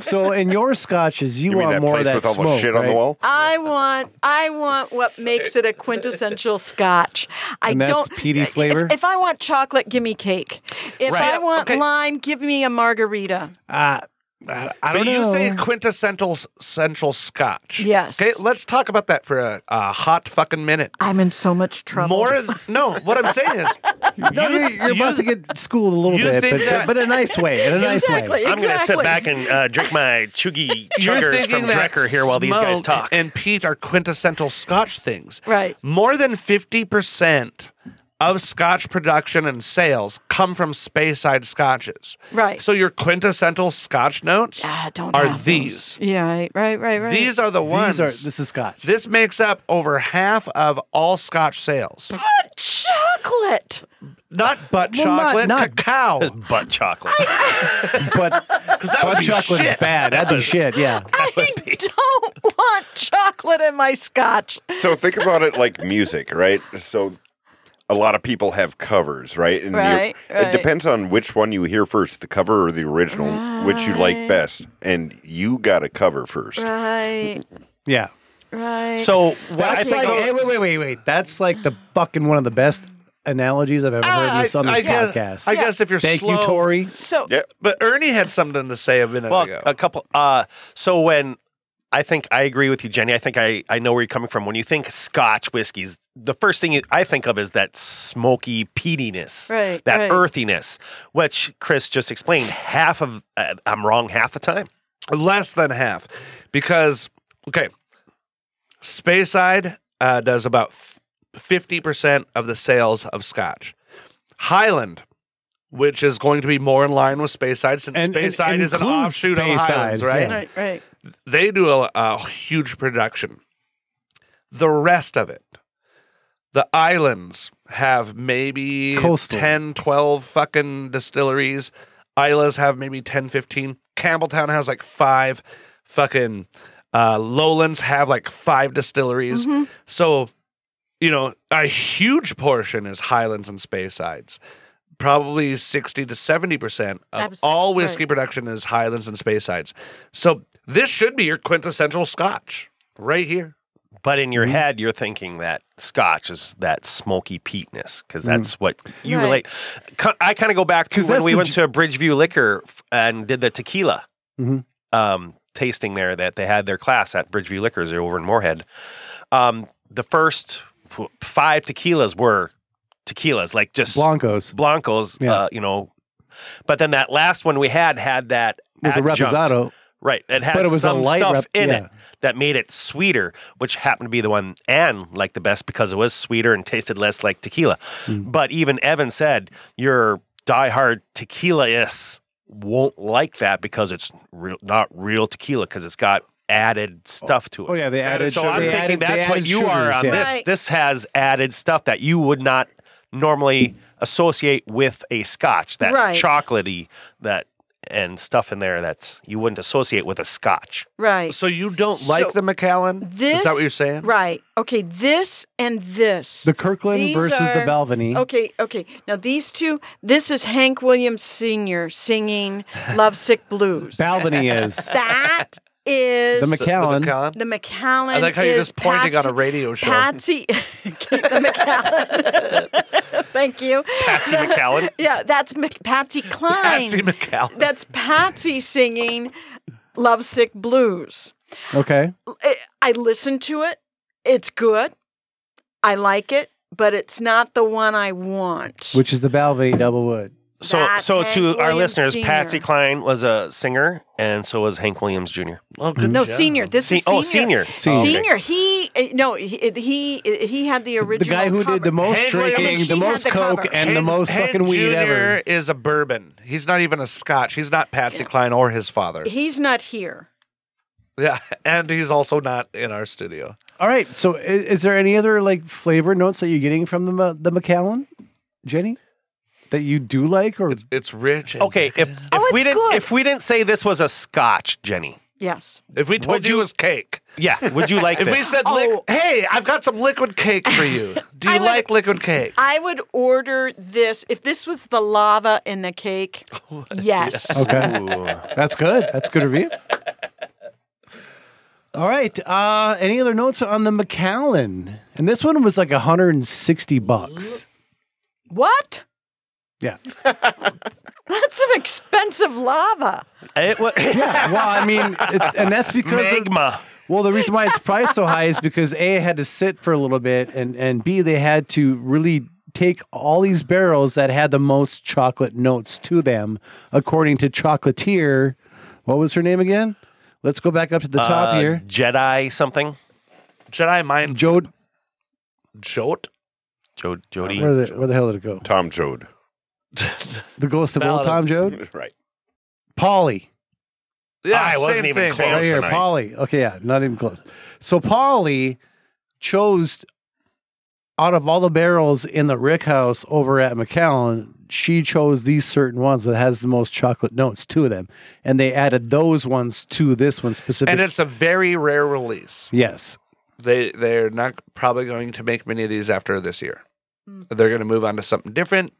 Speaker 4: So in your scotches, you,
Speaker 6: You mean
Speaker 4: want
Speaker 6: that
Speaker 4: more
Speaker 6: place
Speaker 4: of that
Speaker 6: with all the
Speaker 4: smoke,
Speaker 6: shit on
Speaker 4: right?
Speaker 6: the wall?
Speaker 3: I want I want what makes it a quintessential scotch. I
Speaker 4: And that's
Speaker 3: don't
Speaker 4: peaty
Speaker 3: if-
Speaker 4: flavor?
Speaker 3: If, I want chocolate, give me cake. If
Speaker 2: Right.
Speaker 3: I want
Speaker 2: Okay.
Speaker 3: lime, give me a margarita.
Speaker 4: Uh, I, I
Speaker 2: But
Speaker 4: don't know.
Speaker 2: you say quintessential s- central scotch.
Speaker 3: Yes.
Speaker 2: Okay, let's talk about that for a, a hot fucking minute.
Speaker 3: I'm in so much trouble.
Speaker 2: More, th- no, what I'm saying is,
Speaker 4: no, you're, you're about to get schooled a little
Speaker 2: you
Speaker 4: bit,
Speaker 2: think
Speaker 4: but,
Speaker 2: that-
Speaker 4: but in a nice way. In a nice
Speaker 3: exactly.
Speaker 4: way.
Speaker 1: I'm going to sit
Speaker 3: exactly.
Speaker 1: back and uh, drink my chuggy
Speaker 2: you're
Speaker 1: chuggers
Speaker 2: thinking
Speaker 1: from
Speaker 2: that
Speaker 1: Drecker here while these guys
Speaker 2: smoke
Speaker 1: talk.
Speaker 2: And Pete are quintessential scotch things.
Speaker 3: Right.
Speaker 2: More than 50% of scotch production and sales come from Speyside scotches.
Speaker 3: Right.
Speaker 2: So your quintessential scotch notes
Speaker 3: Ah, don't
Speaker 2: are
Speaker 3: have those.
Speaker 2: these.
Speaker 3: Yeah, right, right, right, right.
Speaker 2: These are the ones.
Speaker 4: These are this is scotch.
Speaker 2: This makes up over half of all Scotch sales.
Speaker 3: But chocolate.
Speaker 2: Not butt
Speaker 4: Well, not-
Speaker 2: chocolate,
Speaker 4: not-
Speaker 2: cacao.
Speaker 1: Butt chocolate.
Speaker 4: but
Speaker 2: that would
Speaker 4: butt
Speaker 2: be
Speaker 4: chocolate's
Speaker 2: shit.
Speaker 4: bad. That'd be shit. Yeah.
Speaker 3: I don't want chocolate in my scotch.
Speaker 6: so think about it like music, right? So a lot of people have covers, right? And you-
Speaker 3: Right, right.
Speaker 6: it depends on which one you hear first, the cover or the original, which you like
Speaker 3: Right.
Speaker 6: best. And you got a cover first.
Speaker 3: Right,
Speaker 4: Yeah.
Speaker 3: right.
Speaker 1: So, what I
Speaker 4: That's
Speaker 1: think
Speaker 4: like
Speaker 1: of-
Speaker 4: hey, wait, wait, wait, wait. That's like the fucking one of the best analogies I've ever
Speaker 1: Ah,
Speaker 4: heard
Speaker 2: I,
Speaker 4: in this on this
Speaker 2: I
Speaker 4: podcast.
Speaker 2: guess, I guess if you're
Speaker 4: Thank
Speaker 2: slow.
Speaker 4: you, Tori.
Speaker 3: so
Speaker 6: Yeah.
Speaker 2: But Ernie had something to say a minute
Speaker 1: well,
Speaker 2: ago.
Speaker 1: a couple. Uh, so when I think I agree with you, Jenny. I think I, I know where you're coming from. When you think Scotch whiskeys, the first thing you, I think of is that smoky peatiness,
Speaker 3: Right,
Speaker 1: that
Speaker 3: right.
Speaker 1: earthiness, which Chris just explained. Half of uh, I'm wrong half the time.
Speaker 2: Less than half. Because, okay, Speyside uh, does about f- 50% of the sales of Scotch. Highland, which is going to be more in line with Speyside since
Speaker 4: And- and-
Speaker 2: Speyside
Speaker 4: and
Speaker 2: is an
Speaker 4: includes
Speaker 2: offshoot of
Speaker 4: Speyside,
Speaker 2: Highlands, right?
Speaker 4: yeah.
Speaker 3: right, right.
Speaker 2: they do a, a huge production. The rest of it, the islands have maybe
Speaker 4: Coastal.
Speaker 2: 10, 12 fucking distilleries. Islas have maybe 10, 15. Campbelltown has like five. Fucking uh, Lowlands have like five distilleries.
Speaker 3: Mm-hmm.
Speaker 2: So, you know, a huge portion is Highlands and Spaysides. Probably 60 to 70% of
Speaker 3: Abs-
Speaker 2: all whiskey
Speaker 3: right.
Speaker 2: production is Highlands and Spaysides. So, this should be your quintessential scotch right here.
Speaker 1: But in your
Speaker 4: Mm-hmm.
Speaker 1: head, you're thinking that Scotch is that smoky peatness because that's what you
Speaker 3: Right.
Speaker 1: relate. Ki- I kind of go back to
Speaker 4: Mm. 'Cause
Speaker 1: when
Speaker 4: that's
Speaker 1: we
Speaker 4: the
Speaker 1: went
Speaker 4: j-
Speaker 1: to Bridgeview Liquor f- and did the tequila
Speaker 4: Mhm.
Speaker 1: um, tasting there that they had their class at Bridgeview Liquors over in Moorhead. Um, the first f- five tequilas were tequilas, like just
Speaker 4: Blancos.
Speaker 1: blancos,
Speaker 4: Yeah.
Speaker 1: uh, you know. But then that last one we had had that
Speaker 4: Was a
Speaker 1: adjunct.
Speaker 4: reposado.
Speaker 1: Right. It had
Speaker 4: But it was a
Speaker 1: some
Speaker 4: light
Speaker 1: stuff
Speaker 4: rep-
Speaker 1: in
Speaker 4: yeah.
Speaker 1: it that made it sweeter, which happened to be the one Anne liked the best because it was sweeter and tasted less like tequila. But even Evan said, your diehard tequila is won't like that because it's real, not real tequila because it's got added stuff to it.
Speaker 4: Oh yeah, they added.
Speaker 1: So
Speaker 4: sugar.
Speaker 1: I'm
Speaker 4: They
Speaker 1: thinking
Speaker 4: added- they
Speaker 1: that's what
Speaker 4: added
Speaker 1: you are
Speaker 4: sugars,
Speaker 1: on
Speaker 4: yeah.
Speaker 1: this.
Speaker 3: Right.
Speaker 1: This has added stuff that you would not normally associate with a scotch. That
Speaker 3: Right.
Speaker 1: chocolatey, that and stuff in there that's you wouldn't associate with a scotch.
Speaker 3: Right.
Speaker 2: So, you don't like
Speaker 3: So,
Speaker 2: the McAllen?
Speaker 3: This
Speaker 2: is that what you're saying?
Speaker 3: Right. Okay, this and this.
Speaker 4: The Kirkland
Speaker 3: These
Speaker 4: versus the
Speaker 3: are-
Speaker 4: Balvenie.
Speaker 3: Okay, okay. Now these two, this is Hank Williams Sr. singing Lovesick Blues.
Speaker 4: Balvenie is
Speaker 3: that is
Speaker 4: the
Speaker 2: The-
Speaker 4: McAllen.
Speaker 2: The McAllen?
Speaker 3: the McAllen.
Speaker 2: I like how you're
Speaker 3: is
Speaker 2: just pointing on
Speaker 3: Patsy-
Speaker 2: a radio show.
Speaker 3: Patsy, Keep the McAllen. Thank you.
Speaker 1: Patsy McAllen.
Speaker 3: Yeah, that's Mc, Patsy Klein.
Speaker 2: Patsy McAllen.
Speaker 3: That's Patsy singing Lovesick Blues.
Speaker 4: Okay.
Speaker 3: I- I listen to it. It's good. I like it, but it's not the one I want.
Speaker 4: Which is the Balvenie Double Wood.
Speaker 1: So,
Speaker 3: That's
Speaker 1: so
Speaker 3: Hank
Speaker 1: to our
Speaker 3: Williams
Speaker 1: listeners,
Speaker 3: Sr..
Speaker 1: Patsy Klein was a singer, and so was Hank Williams Jr.
Speaker 2: Well, good
Speaker 3: no,
Speaker 2: job.
Speaker 3: senior. This
Speaker 1: Se-
Speaker 3: is senior.
Speaker 1: oh, senior.
Speaker 4: Senior.
Speaker 3: Senior. He uh, no. He he, eh, he had the
Speaker 4: The
Speaker 3: original.
Speaker 4: guy who did the
Speaker 3: cover.
Speaker 4: most
Speaker 2: Hank
Speaker 4: drinking,
Speaker 2: Williams-
Speaker 4: the
Speaker 3: She had
Speaker 4: most
Speaker 3: the
Speaker 4: coke,
Speaker 3: cover.
Speaker 4: and the most
Speaker 2: Hank
Speaker 4: fucking weed
Speaker 2: Jr.
Speaker 4: ever.
Speaker 2: is a bourbon. He's not even a Scotch. He's not Patsy Cline or his father.
Speaker 3: He's not here.
Speaker 2: Yeah, and he's also not in our studio.
Speaker 4: All right. So, i- is, there any other like flavor notes that you're getting from the Ma- the Macallan, Jenny, that you do like or
Speaker 2: It's, it's rich. And
Speaker 1: Okay, if, if
Speaker 3: Oh,
Speaker 1: we
Speaker 3: it's
Speaker 1: didn't
Speaker 3: good.
Speaker 1: if we didn't say this was a Scotch, Jenny,
Speaker 3: Yes.
Speaker 2: if we told
Speaker 1: Would
Speaker 2: you,
Speaker 1: you-
Speaker 2: it was cake,
Speaker 1: yeah, would you like
Speaker 2: if
Speaker 1: this? Oh.
Speaker 2: we said, liq- "Hey, I've got some liquid cake for you. Do you
Speaker 3: I would-
Speaker 2: like liquid cake?"
Speaker 3: I would order this if this was the lava in the cake. Yes.
Speaker 4: okay?
Speaker 1: Ooh.
Speaker 4: That's good. That's good review. All right. Uh, any other notes on the Macallan? And this one was like 160 bucks.
Speaker 3: What?
Speaker 4: Yeah.
Speaker 3: That's some expensive lava.
Speaker 1: It wa-
Speaker 4: Yeah. Well, I mean, it, and that's because of-
Speaker 1: magma.
Speaker 4: Well, the reason why it's priced so high is because A had to sit for a little bit, and and B they had to really take all these barrels that had the most chocolate notes to them, according to chocolatier. What was her name again? Let's go back up to the top
Speaker 1: Uh,
Speaker 4: here.
Speaker 1: Jedi something.
Speaker 2: Jedi mind
Speaker 4: Joe,
Speaker 2: jolt.
Speaker 1: Jo- Jody.
Speaker 4: where the, where the hell did it go?
Speaker 6: Tom Joad.
Speaker 4: The ghost of old
Speaker 2: Valid.
Speaker 4: Tom Joad?
Speaker 6: right.
Speaker 4: Polly.
Speaker 2: Yeah,
Speaker 1: I wasn't
Speaker 2: same
Speaker 1: even
Speaker 2: thing.
Speaker 1: close.
Speaker 4: Right here,
Speaker 1: tonight.
Speaker 4: Polly. Okay, yeah, not even close. So Polly chose out of all the barrels in the Rick House over at McAllen, she chose these certain ones that has the most chocolate notes to them, and they added those ones to this one
Speaker 2: And
Speaker 4: specifically.
Speaker 2: it's a very rare release.
Speaker 4: yes,
Speaker 2: They they're not probably going to make many of these after this year.
Speaker 3: Mm.
Speaker 2: They're going to move on to something different.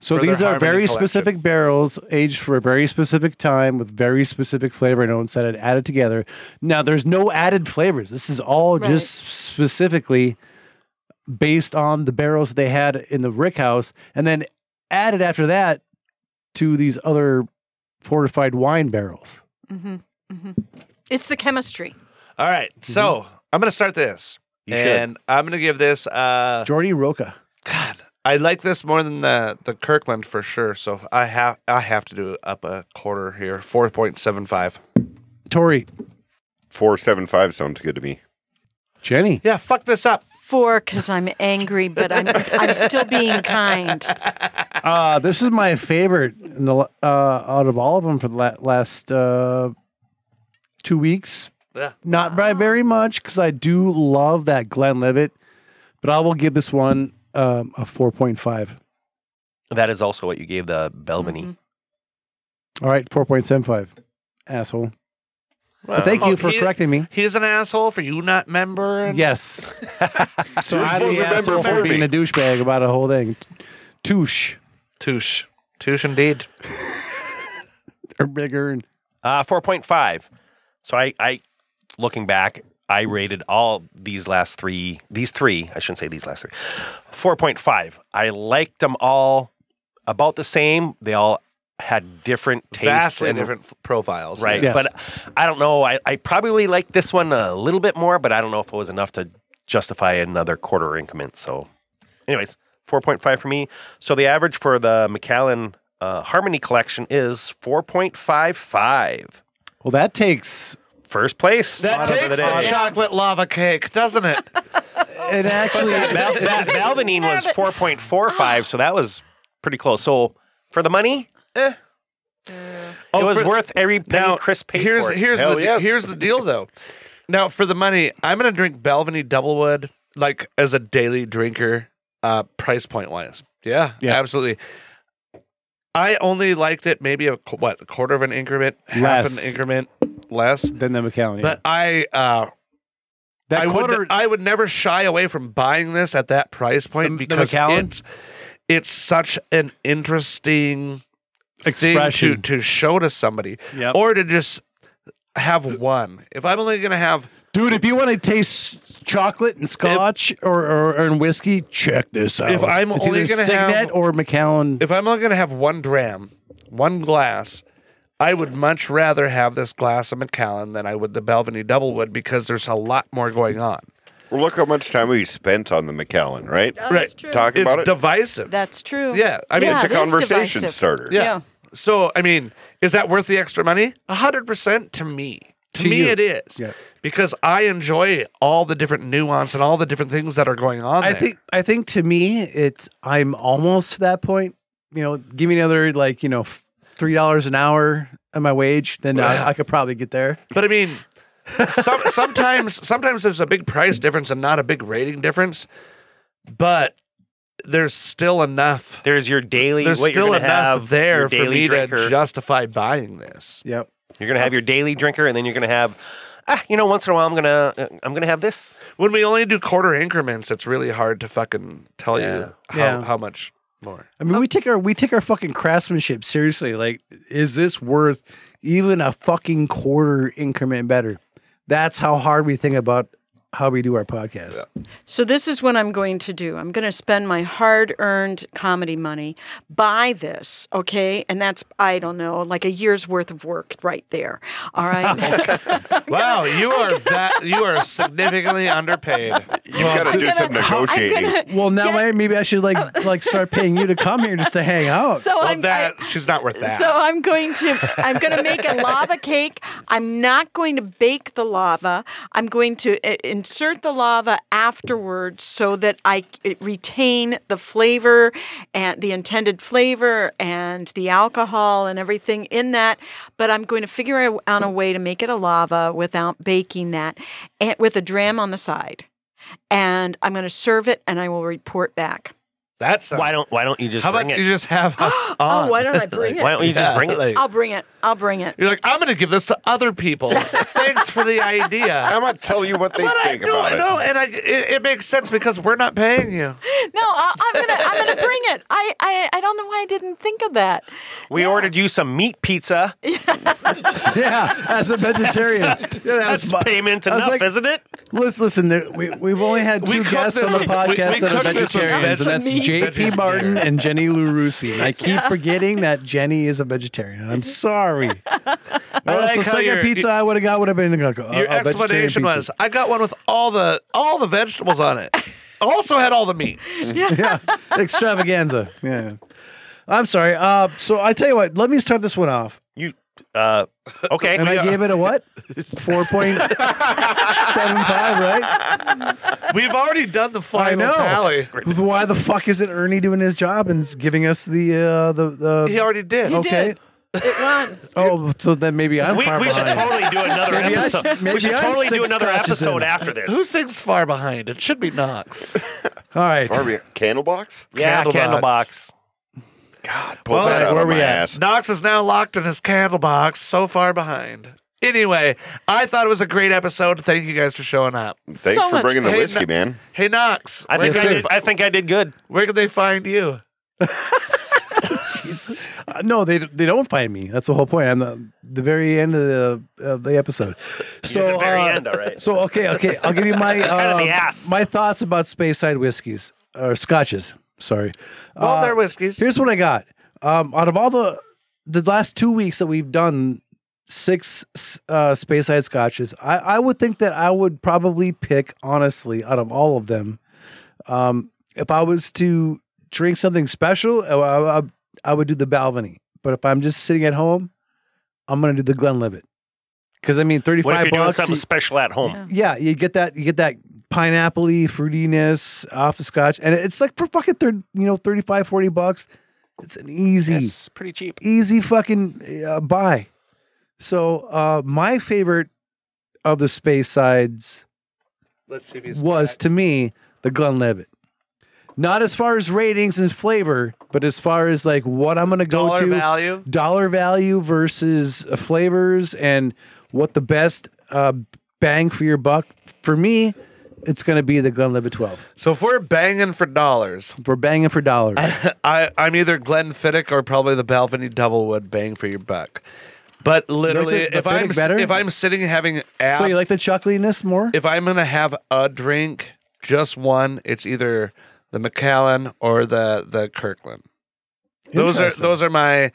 Speaker 4: So
Speaker 2: for their
Speaker 4: these are
Speaker 2: Harmony
Speaker 4: very
Speaker 2: collection.
Speaker 4: specific barrels, aged for a very specific time with very specific flavor notes that had added together. Now there's no added flavors. This is all
Speaker 3: Right.
Speaker 4: just specifically based on the barrels they had in the Rick House, and then added after that to these other fortified wine barrels.
Speaker 3: Mm-hmm. Mm-hmm. It's the chemistry.
Speaker 2: All right, so I'm going to start this,
Speaker 1: Mm-hmm. You should.
Speaker 2: and I'm going to give this. Uh,
Speaker 4: Jordy Roca.
Speaker 2: God, I like this more than the the Kirkland for sure. So I have I have to do up a quarter here, four point seven five.
Speaker 4: Tori.
Speaker 6: 475 sounds good to me.
Speaker 4: Jenny.
Speaker 2: Yeah, fuck this up.
Speaker 3: Four, because I'm angry, but I'm I'm still being kind.
Speaker 4: Uh, this is my favorite in the, la- uh, out of all of them for the la- last uh, two weeks.
Speaker 2: Yeah.
Speaker 4: Not by very much because I do love that Glenlivet, but I will give this one um, a 4.5.
Speaker 1: That is also what you gave the Belvany.
Speaker 3: Mhm.
Speaker 4: All right, 4.75. Asshole. But thank you for
Speaker 2: he-
Speaker 4: correcting me.
Speaker 2: He's an asshole for you not membering.
Speaker 4: Yes. so
Speaker 6: You're
Speaker 4: I'm
Speaker 6: supposed to
Speaker 4: the
Speaker 6: remember
Speaker 4: asshole for
Speaker 6: for
Speaker 4: being
Speaker 6: me.
Speaker 4: a douchebag about a whole thing. Touche.
Speaker 2: touche, touche indeed.
Speaker 4: Or bigger. And
Speaker 1: Uh, 4.5. So I, I, looking back, I rated all these last three, these three, I shouldn't say these last three, 4.5. I liked them all about the same. They all had different tastes.
Speaker 2: Vastly
Speaker 1: and-
Speaker 2: different f- profiles.
Speaker 1: Right.
Speaker 4: Yes.
Speaker 1: But I don't know. I, I probably liked this one a little bit more, but I don't know if it was enough to justify another quarter increment. So, anyways, 4.5 for me. So the average for the McAllen uh, Harmony Collection is 4.55.
Speaker 4: well, that takes
Speaker 1: First place.
Speaker 2: That
Speaker 1: Bottom of
Speaker 2: takes
Speaker 1: the
Speaker 2: the,
Speaker 1: day.
Speaker 2: chocolate lava cake, doesn't it?
Speaker 4: it actually.
Speaker 1: Val- that Valvanine was 4.45, so that was pretty close. So for the money, eh. it
Speaker 2: Oh,
Speaker 1: was
Speaker 2: for-
Speaker 1: worth every penny Chris paid
Speaker 2: here's
Speaker 1: for it.
Speaker 2: here's
Speaker 6: Hell
Speaker 2: the
Speaker 6: yes.
Speaker 2: here's the deal though. Now for the money, I'm gonna drink Belvany Doublewood like as a daily drinker, uh, price point wise. Yeah,
Speaker 4: Yeah.
Speaker 2: absolutely. I only liked it maybe a qu- what a quarter of an increment, half
Speaker 4: Less.
Speaker 2: an increment less.
Speaker 4: Then the McAllen. yeah.
Speaker 2: But I uh,
Speaker 4: that
Speaker 2: I
Speaker 4: quarter.
Speaker 2: would I would never shy away from buying this at that price point
Speaker 4: The- the
Speaker 2: because
Speaker 4: McAllen?
Speaker 2: it's it's such an interesting
Speaker 4: Expression.
Speaker 2: thing to to show to somebody
Speaker 4: Yep.
Speaker 2: or to just have one. If I'm only gonna have
Speaker 4: Dude, if you want to taste chocolate and scotch or, or, or and whiskey, check this out.
Speaker 2: If I'm
Speaker 4: it's
Speaker 2: only
Speaker 4: either
Speaker 2: gonna
Speaker 4: Signet
Speaker 2: have-
Speaker 4: or McAllen,
Speaker 2: if I'm only gonna have one dram, one glass, I would much rather have this glass of Macallan than I would the Belvany Doublewood because there's a lot more going on.
Speaker 6: Well, look how much time we spent on the McAllen, right?
Speaker 3: Oh,
Speaker 2: Right.
Speaker 3: That's true.
Speaker 6: Talk
Speaker 2: It's
Speaker 6: about it.
Speaker 2: divisive.
Speaker 3: That's true.
Speaker 2: yeah, I mean,
Speaker 3: Yeah, it
Speaker 6: it's a
Speaker 3: is
Speaker 6: conversation
Speaker 3: divisive.
Speaker 6: starter.
Speaker 2: Yeah. So, I mean, is that worth the extra money? A 100% to me. To,
Speaker 4: To
Speaker 2: me,
Speaker 4: you.
Speaker 2: it is.
Speaker 4: Yeah.
Speaker 2: Because I enjoy all the different nuance and all the different things that are going on.
Speaker 4: I
Speaker 2: there.
Speaker 4: think I think to me it's I'm almost to that point. You know, give me another like you know f- three dollars an hour on my wage, then I, I could probably get there.
Speaker 2: But I mean, some, sometimes sometimes there's a big price difference and not a big rating difference, but there's still enough.
Speaker 9: There's your daily.
Speaker 2: There's
Speaker 9: what
Speaker 2: still
Speaker 9: you're
Speaker 2: enough
Speaker 9: gonna have, your
Speaker 2: there for
Speaker 9: daily
Speaker 2: me
Speaker 9: drinker.
Speaker 2: to justify buying this.
Speaker 4: Yep.
Speaker 9: You're gonna have your daily drinker, and then you're gonna have, ah, you know, once in a while I'm gonna, uh, I'm gonna have this.
Speaker 2: When we only do quarter increments, it's really hard to fucking tell
Speaker 9: Yeah.
Speaker 2: you how,
Speaker 4: Yeah.
Speaker 2: how much more.
Speaker 4: I mean, we take our we take our fucking craftsmanship seriously. Like, is this worth even a fucking quarter increment better? That's how hard we think about how we do our podcast.
Speaker 3: So this is what I'm going to do. I'm going to spend my hard-earned comedy money buy this, okay? And that's I don't know, like a year's worth of work right there. All right.
Speaker 2: Wow, you are that you are significantly underpaid.
Speaker 6: You've got to do
Speaker 3: gonna-
Speaker 6: some negotiating.
Speaker 3: I'm gonna-
Speaker 4: Well, now
Speaker 3: Yeah.
Speaker 4: may- maybe I should like like start paying you to come here just to hang out.
Speaker 3: so
Speaker 2: Well,
Speaker 3: I'm I-
Speaker 2: that she's not worth that.
Speaker 3: So I'm going to I'm going to make a lava cake. I'm not going to bake the lava. I'm going to i- insert the lava afterwards so that I c- retain the flavor and the intended flavor and the alcohol and everything in that. But I'm going to figure out out a way to make it a lava without baking that, and with a dram on the side. And I'm going to serve it, and I will report back.
Speaker 2: That's
Speaker 9: Why don't, why don't you just
Speaker 2: How
Speaker 9: bring
Speaker 2: about
Speaker 9: it?
Speaker 2: you just have us on?
Speaker 3: Oh, why don't I bring
Speaker 9: why
Speaker 3: it?
Speaker 9: don't you just
Speaker 2: Yeah,
Speaker 9: bring it?
Speaker 2: like-
Speaker 3: I'll bring it. I'll bring it.
Speaker 2: You're like, I'm going to give this to other people. Thanks for the idea.
Speaker 6: I'm going to tell you what they
Speaker 2: But I
Speaker 6: think
Speaker 2: no,
Speaker 6: about it.
Speaker 2: no, and I, it, it makes sense because we're not paying you.
Speaker 3: No, I, I'm gonna I'm gonna bring it. I, I I don't know why I didn't think of that.
Speaker 9: We ordered you some meat pizza.
Speaker 4: yeah, as a vegetarian, yeah, that
Speaker 9: That's
Speaker 4: was my-
Speaker 9: payment
Speaker 4: was
Speaker 9: enough,
Speaker 4: like-
Speaker 9: isn't it?
Speaker 4: Let's listen. There, we we've only had
Speaker 2: We
Speaker 4: two
Speaker 2: cooked
Speaker 4: guests
Speaker 2: this
Speaker 4: on the
Speaker 2: with- we- we
Speaker 4: podcast that are
Speaker 2: cooked this with
Speaker 4: vegetarians, and
Speaker 2: veg-
Speaker 4: that's
Speaker 2: meat.
Speaker 4: J.P.
Speaker 2: Vegetarian.
Speaker 4: Martin and Jenny LaRusi. And I keep forgetting that Jenny is a vegetarian. I'm sorry. Or else
Speaker 2: like
Speaker 4: the
Speaker 2: how
Speaker 4: second
Speaker 2: your-
Speaker 4: pizza I would have got would have been a, a,
Speaker 2: Your
Speaker 4: a vegetarian
Speaker 2: explanation
Speaker 4: pizza.
Speaker 2: was, I got one with all the all the vegetables on it. also had all the meats.
Speaker 4: yeah, extravaganza. Yeah. I'm sorry. Uh, so I tell you what. Let me start this one off.
Speaker 9: Uh, okay.
Speaker 4: And I gave it a what? Four point seven five, right?
Speaker 2: We've already done the final
Speaker 4: know.
Speaker 2: tally.
Speaker 4: Why the fuck isn't Ernie doing his job and s- giving us the uh, the the?
Speaker 2: He already did.
Speaker 3: He
Speaker 4: okay.
Speaker 3: did. It won.
Speaker 4: Oh, so then maybe I'm
Speaker 9: we,
Speaker 4: far
Speaker 9: we should
Speaker 4: behind.
Speaker 9: totally do another
Speaker 4: Maybe I-
Speaker 9: episode.
Speaker 4: maybe
Speaker 9: we should
Speaker 4: I'm
Speaker 9: totally do
Speaker 4: six
Speaker 9: another
Speaker 4: scratches
Speaker 9: episode
Speaker 4: in.
Speaker 9: after this.
Speaker 2: Who sings far behind? It should be Knox.
Speaker 4: All right.
Speaker 6: Are we candle box?
Speaker 9: yeah,
Speaker 2: Candlebox.
Speaker 9: candle box.
Speaker 6: Pull
Speaker 2: Well,
Speaker 6: that
Speaker 2: like,
Speaker 6: out
Speaker 4: where
Speaker 6: of
Speaker 4: we
Speaker 6: my
Speaker 4: at?
Speaker 6: ass.
Speaker 2: Knox is now locked in his candle box, so far behind. Anyway, I thought it was a great episode. Thank you guys for showing up.
Speaker 6: Thanks
Speaker 3: So
Speaker 6: for
Speaker 3: much
Speaker 6: bringing the
Speaker 2: Hey,
Speaker 6: whiskey,
Speaker 2: no-
Speaker 6: man.
Speaker 2: Hey Knox,
Speaker 9: I
Speaker 2: where,
Speaker 9: think I,
Speaker 2: can they,
Speaker 9: did, I think I did good.
Speaker 2: where can they find you?
Speaker 4: Uh, no, they they don't find me. That's the whole point. I'm the, the very end of the of the episode. So
Speaker 9: the very
Speaker 4: uh,
Speaker 9: end, all right.
Speaker 4: So okay, okay. I'll give you my
Speaker 9: Kinda the
Speaker 4: um,
Speaker 9: ass.
Speaker 4: my thoughts about Speyside whiskeys or scotches. Sorry.
Speaker 2: Well,
Speaker 4: Uh,
Speaker 2: they're whiskeys.
Speaker 4: Here's what I got. Um, out of all the the last two weeks that we've done six s- uh, Speyside scotches, I, I would think that I would probably pick honestly out of all of them. Um, if I was to drink something special, I, I, I- I would do the Balvenie. But if I'm just sitting at home, I'm gonna do the Glenlivet. Because I mean, thirty
Speaker 9: What if
Speaker 4: five
Speaker 9: you're doing
Speaker 4: bucks.
Speaker 9: something
Speaker 4: you-
Speaker 9: special at home?
Speaker 4: yeah, you get that. You get that pineapple-y fruitiness off the scotch, and it's like for fucking third, you know, 35, 40 bucks. It's an easy,
Speaker 9: It's pretty cheap.
Speaker 4: easy fucking uh, buy. So uh, my favorite of the space sides
Speaker 2: Let's see if he's
Speaker 4: was to me the Glenlivet. Not as far as ratings and flavor, but as far as like what I'm gonna go
Speaker 2: dollar
Speaker 4: to
Speaker 2: value.
Speaker 4: dollar value versus uh, flavors and what the best uh, bang for your buck. For me, it's going to be the Glenlivet 12.
Speaker 2: So if we're banging for dollars,
Speaker 4: If We're banging for dollars.
Speaker 2: I, I'm either Glenfiddich or probably the Balvenie Doublewood bang for your buck. But literally,
Speaker 4: the- the
Speaker 2: if I'm
Speaker 4: Fiddick better?
Speaker 2: if I'm sitting having ab,
Speaker 4: so you like the chocoliness more?
Speaker 2: if I'm gonna have a drink, just one, it's either the McAllen or the the Kirkland. Those are
Speaker 4: Interesting.
Speaker 2: those are my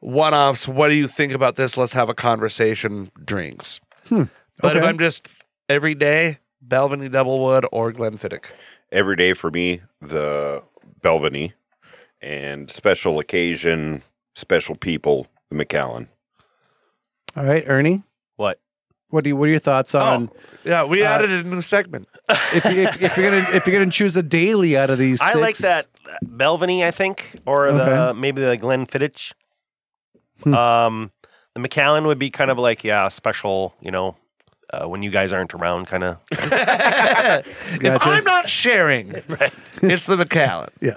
Speaker 2: one offs. What do you think about this? Let's have a conversation drinks. But if
Speaker 4: okay.
Speaker 2: I'm just every day, Belvany Doublewood or Glenfiddich.
Speaker 6: every day for me the Belvany and special occasion, special people, the McAllen.
Speaker 4: All right, Ernie.
Speaker 1: What?
Speaker 4: What do you, what are your thoughts
Speaker 2: Oh.
Speaker 4: on
Speaker 2: Yeah, we added a new segment.
Speaker 4: if, you, if, if you're gonna if you're gonna choose a daily out of these?
Speaker 1: I like
Speaker 4: six?
Speaker 1: that uh, Belvany, I think, or the maybe the Glenfiddich.
Speaker 4: Hmm.
Speaker 1: Um, the McAllen would be kind of like yeah, special. You know, uh, when you guys aren't around, kind of.
Speaker 2: If I'm not sharing, it's the McAllen.
Speaker 4: Yeah.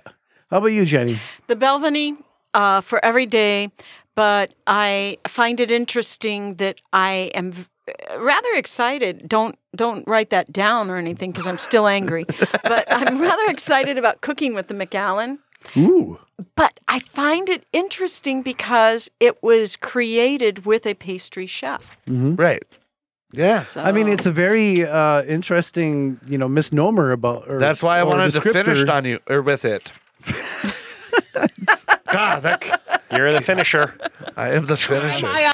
Speaker 4: How about you, Jenny?
Speaker 3: The Belvany uh, for every day, but I find it interesting that I am v- uh, rather excited. Don't don't write that down or anything because I'm still angry. but I'm rather excited about cooking with the McAllen.
Speaker 4: Ooh.
Speaker 3: But I find it interesting because it was created with a pastry chef.
Speaker 2: Right. Yeah.
Speaker 4: I mean, it's a very uh, interesting, you know, misnomer about. Or,
Speaker 2: That's why I
Speaker 4: or
Speaker 2: wanted to finish
Speaker 4: descriptor.
Speaker 2: on you or with it.
Speaker 4: Ah,
Speaker 2: God, that,
Speaker 1: You're the finisher.
Speaker 2: I am the finisher.
Speaker 4: No.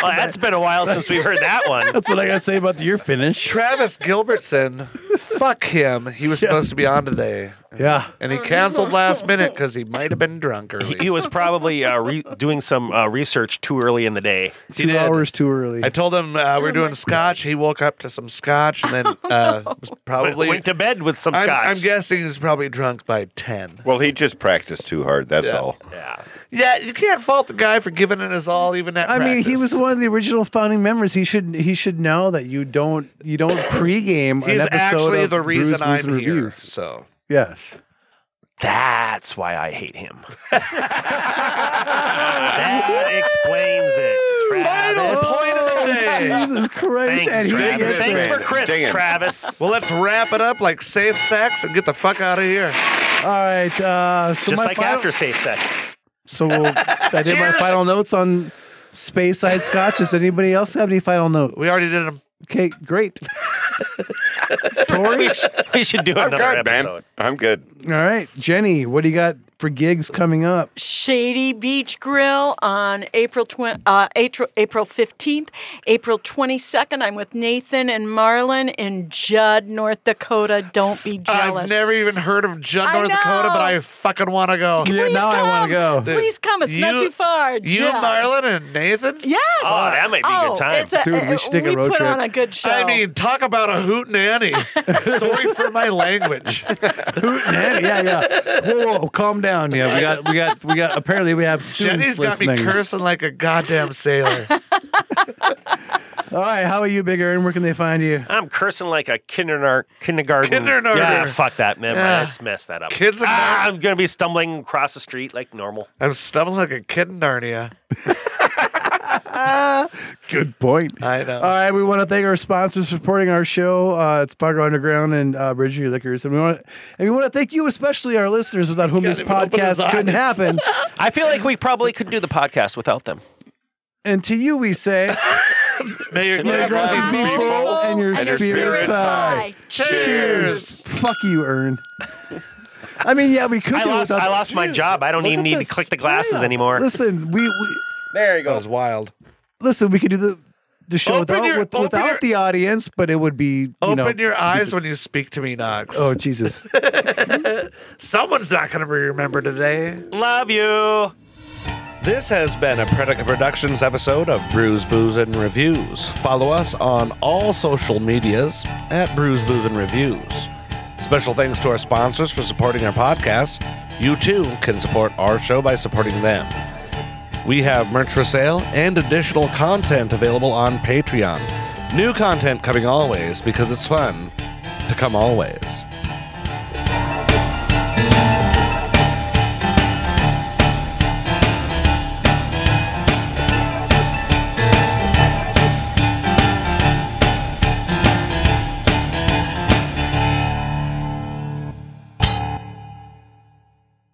Speaker 1: well, that's been a while since we heard that one.
Speaker 4: That's what I gotta say about your finish.
Speaker 2: Travis Gilbertson, fuck him. He was supposed to be on today,
Speaker 4: Yeah.
Speaker 2: and
Speaker 3: Oh,
Speaker 2: he canceled last minute because he might have been drunk
Speaker 1: He,
Speaker 2: early.
Speaker 1: he was probably uh, re- doing some uh, research too early in the day.
Speaker 4: Two
Speaker 2: did.
Speaker 4: hours too early.
Speaker 2: I told him uh,
Speaker 3: Oh
Speaker 2: we're doing scotch. He woke up to some scotch, and then uh, was probably
Speaker 1: Went to bed with some
Speaker 2: I'm,
Speaker 1: scotch.
Speaker 2: I'm guessing he's probably drunk by ten.
Speaker 6: Well, he just practiced too hard. That's all.
Speaker 1: yeah.
Speaker 2: Yeah, you can't fault the guy for giving it his all, even at.
Speaker 4: I mean, he
Speaker 2: practice.
Speaker 4: was one of the original founding members. He should he should know that you don't you don't pregame.
Speaker 2: He's
Speaker 4: an episode
Speaker 2: actually
Speaker 4: of
Speaker 2: the reason
Speaker 4: Brews, Booze,
Speaker 2: I'm
Speaker 4: and
Speaker 2: here.
Speaker 4: Reviews.
Speaker 2: So
Speaker 4: Yes.
Speaker 1: That's why I hate him. that explains it. Travis.
Speaker 4: Oh, Jesus Christ!
Speaker 1: Thanks,
Speaker 4: and he
Speaker 1: Travis.
Speaker 4: gets
Speaker 1: Thanks
Speaker 4: it.
Speaker 1: for Chris,
Speaker 6: Dang it.
Speaker 1: Travis.
Speaker 2: Well, let's wrap it up like safe sex and get the fuck out of here.
Speaker 4: All right. Uh, so
Speaker 1: Just
Speaker 4: my
Speaker 1: like
Speaker 4: final,
Speaker 1: after safe sex.
Speaker 4: So I did my final notes on Space Side Scotch. Does anybody else have any final notes?
Speaker 2: We already did them.
Speaker 4: Okay, great. Tori?
Speaker 1: We should do another
Speaker 6: Good, man.
Speaker 1: episode.
Speaker 6: I'm good.
Speaker 4: All right. Jenny, what do you got for gigs coming up?
Speaker 3: Shady Beach Grill on April twen- uh, April April fifteenth, April twenty second. I'm with Nathan and Marlon in Judd, North Dakota. Don't be jealous.
Speaker 2: I've never even heard of Judd,
Speaker 3: I
Speaker 2: North Dakota, but
Speaker 3: know.
Speaker 2: I fucking want to go.
Speaker 4: Yeah,
Speaker 3: Please
Speaker 4: now I
Speaker 3: come.
Speaker 4: want to go.
Speaker 3: Please come. It's not
Speaker 2: You-
Speaker 3: too far.
Speaker 2: You,
Speaker 3: Judd.
Speaker 2: Marlon, and Nathan?
Speaker 3: Yes.
Speaker 1: Oh, that might be a good
Speaker 3: Oh,
Speaker 1: time.
Speaker 3: it's a-
Speaker 4: Dude, we should take a
Speaker 3: we
Speaker 4: road
Speaker 3: put
Speaker 4: trip.
Speaker 3: on a good show.
Speaker 2: I mean, talk about a hoot nanny. Sorry for my language.
Speaker 4: Yeah, yeah, yeah. Whoa, whoa, calm down. Yeah, we got, we got, we got. Apparently, we have students
Speaker 2: Jenny's got me
Speaker 4: listening.
Speaker 2: cursing like a goddamn sailor.
Speaker 4: All right, how are you, Big Aaron? Where can they find you?
Speaker 1: I'm cursing like a kindergarten. Kindergarten.
Speaker 2: Kindergarten.
Speaker 1: Yeah, fuck that, man.
Speaker 2: Yeah.
Speaker 1: I just messed that up.
Speaker 2: Kids in
Speaker 1: ah,
Speaker 2: Narnia.
Speaker 1: I'm gonna be stumbling across the street like normal.
Speaker 2: I'm stumbling like a kid in Narnia.
Speaker 1: Ah.
Speaker 4: Good point.
Speaker 1: Uh,
Speaker 2: I know.
Speaker 4: All right, we want to thank our sponsors for supporting our show. Uh, it's Fargo Underground and uh, Bridgery Liquors, and we want and we want to thank you, especially our listeners, without whom this podcast couldn't happen.
Speaker 1: I feel like we probably could do the podcast without them.
Speaker 4: and to you, we say,
Speaker 2: May your
Speaker 4: May your glasses be
Speaker 3: Full
Speaker 4: full and your
Speaker 3: and your
Speaker 4: spirits
Speaker 3: spirits
Speaker 4: high.
Speaker 3: high.
Speaker 4: Cheers. Fuck you, Ern. I mean, yeah, we could.
Speaker 1: I
Speaker 4: do
Speaker 1: lost.
Speaker 4: without
Speaker 1: I
Speaker 4: the-
Speaker 1: lost my job. I don't
Speaker 4: Look
Speaker 1: even
Speaker 4: at
Speaker 1: need
Speaker 4: this.
Speaker 1: to click the glasses
Speaker 4: Yeah.
Speaker 1: anymore.
Speaker 4: Listen, we, we
Speaker 1: There you
Speaker 2: That
Speaker 1: go.
Speaker 2: was wild.
Speaker 4: listen. We could do the the show
Speaker 2: Open
Speaker 4: without
Speaker 2: your-
Speaker 4: with,
Speaker 2: open
Speaker 4: without
Speaker 2: your-
Speaker 4: the audience, but it would be you
Speaker 2: Open
Speaker 4: know.
Speaker 2: your eyes when you speak to me, Knox.
Speaker 4: oh Jesus.
Speaker 2: someone's not going to be remembered today.
Speaker 1: Love you.
Speaker 2: This has been a Predica Productions episode of Brews, Booze, and Reviews. Follow us on all social medias at Brews, Booze, and Reviews. Special thanks to our sponsors for supporting our podcast. You too can support our show by supporting them. We have merch for sale and additional content available on Patreon. New content coming always because it's fun to come always.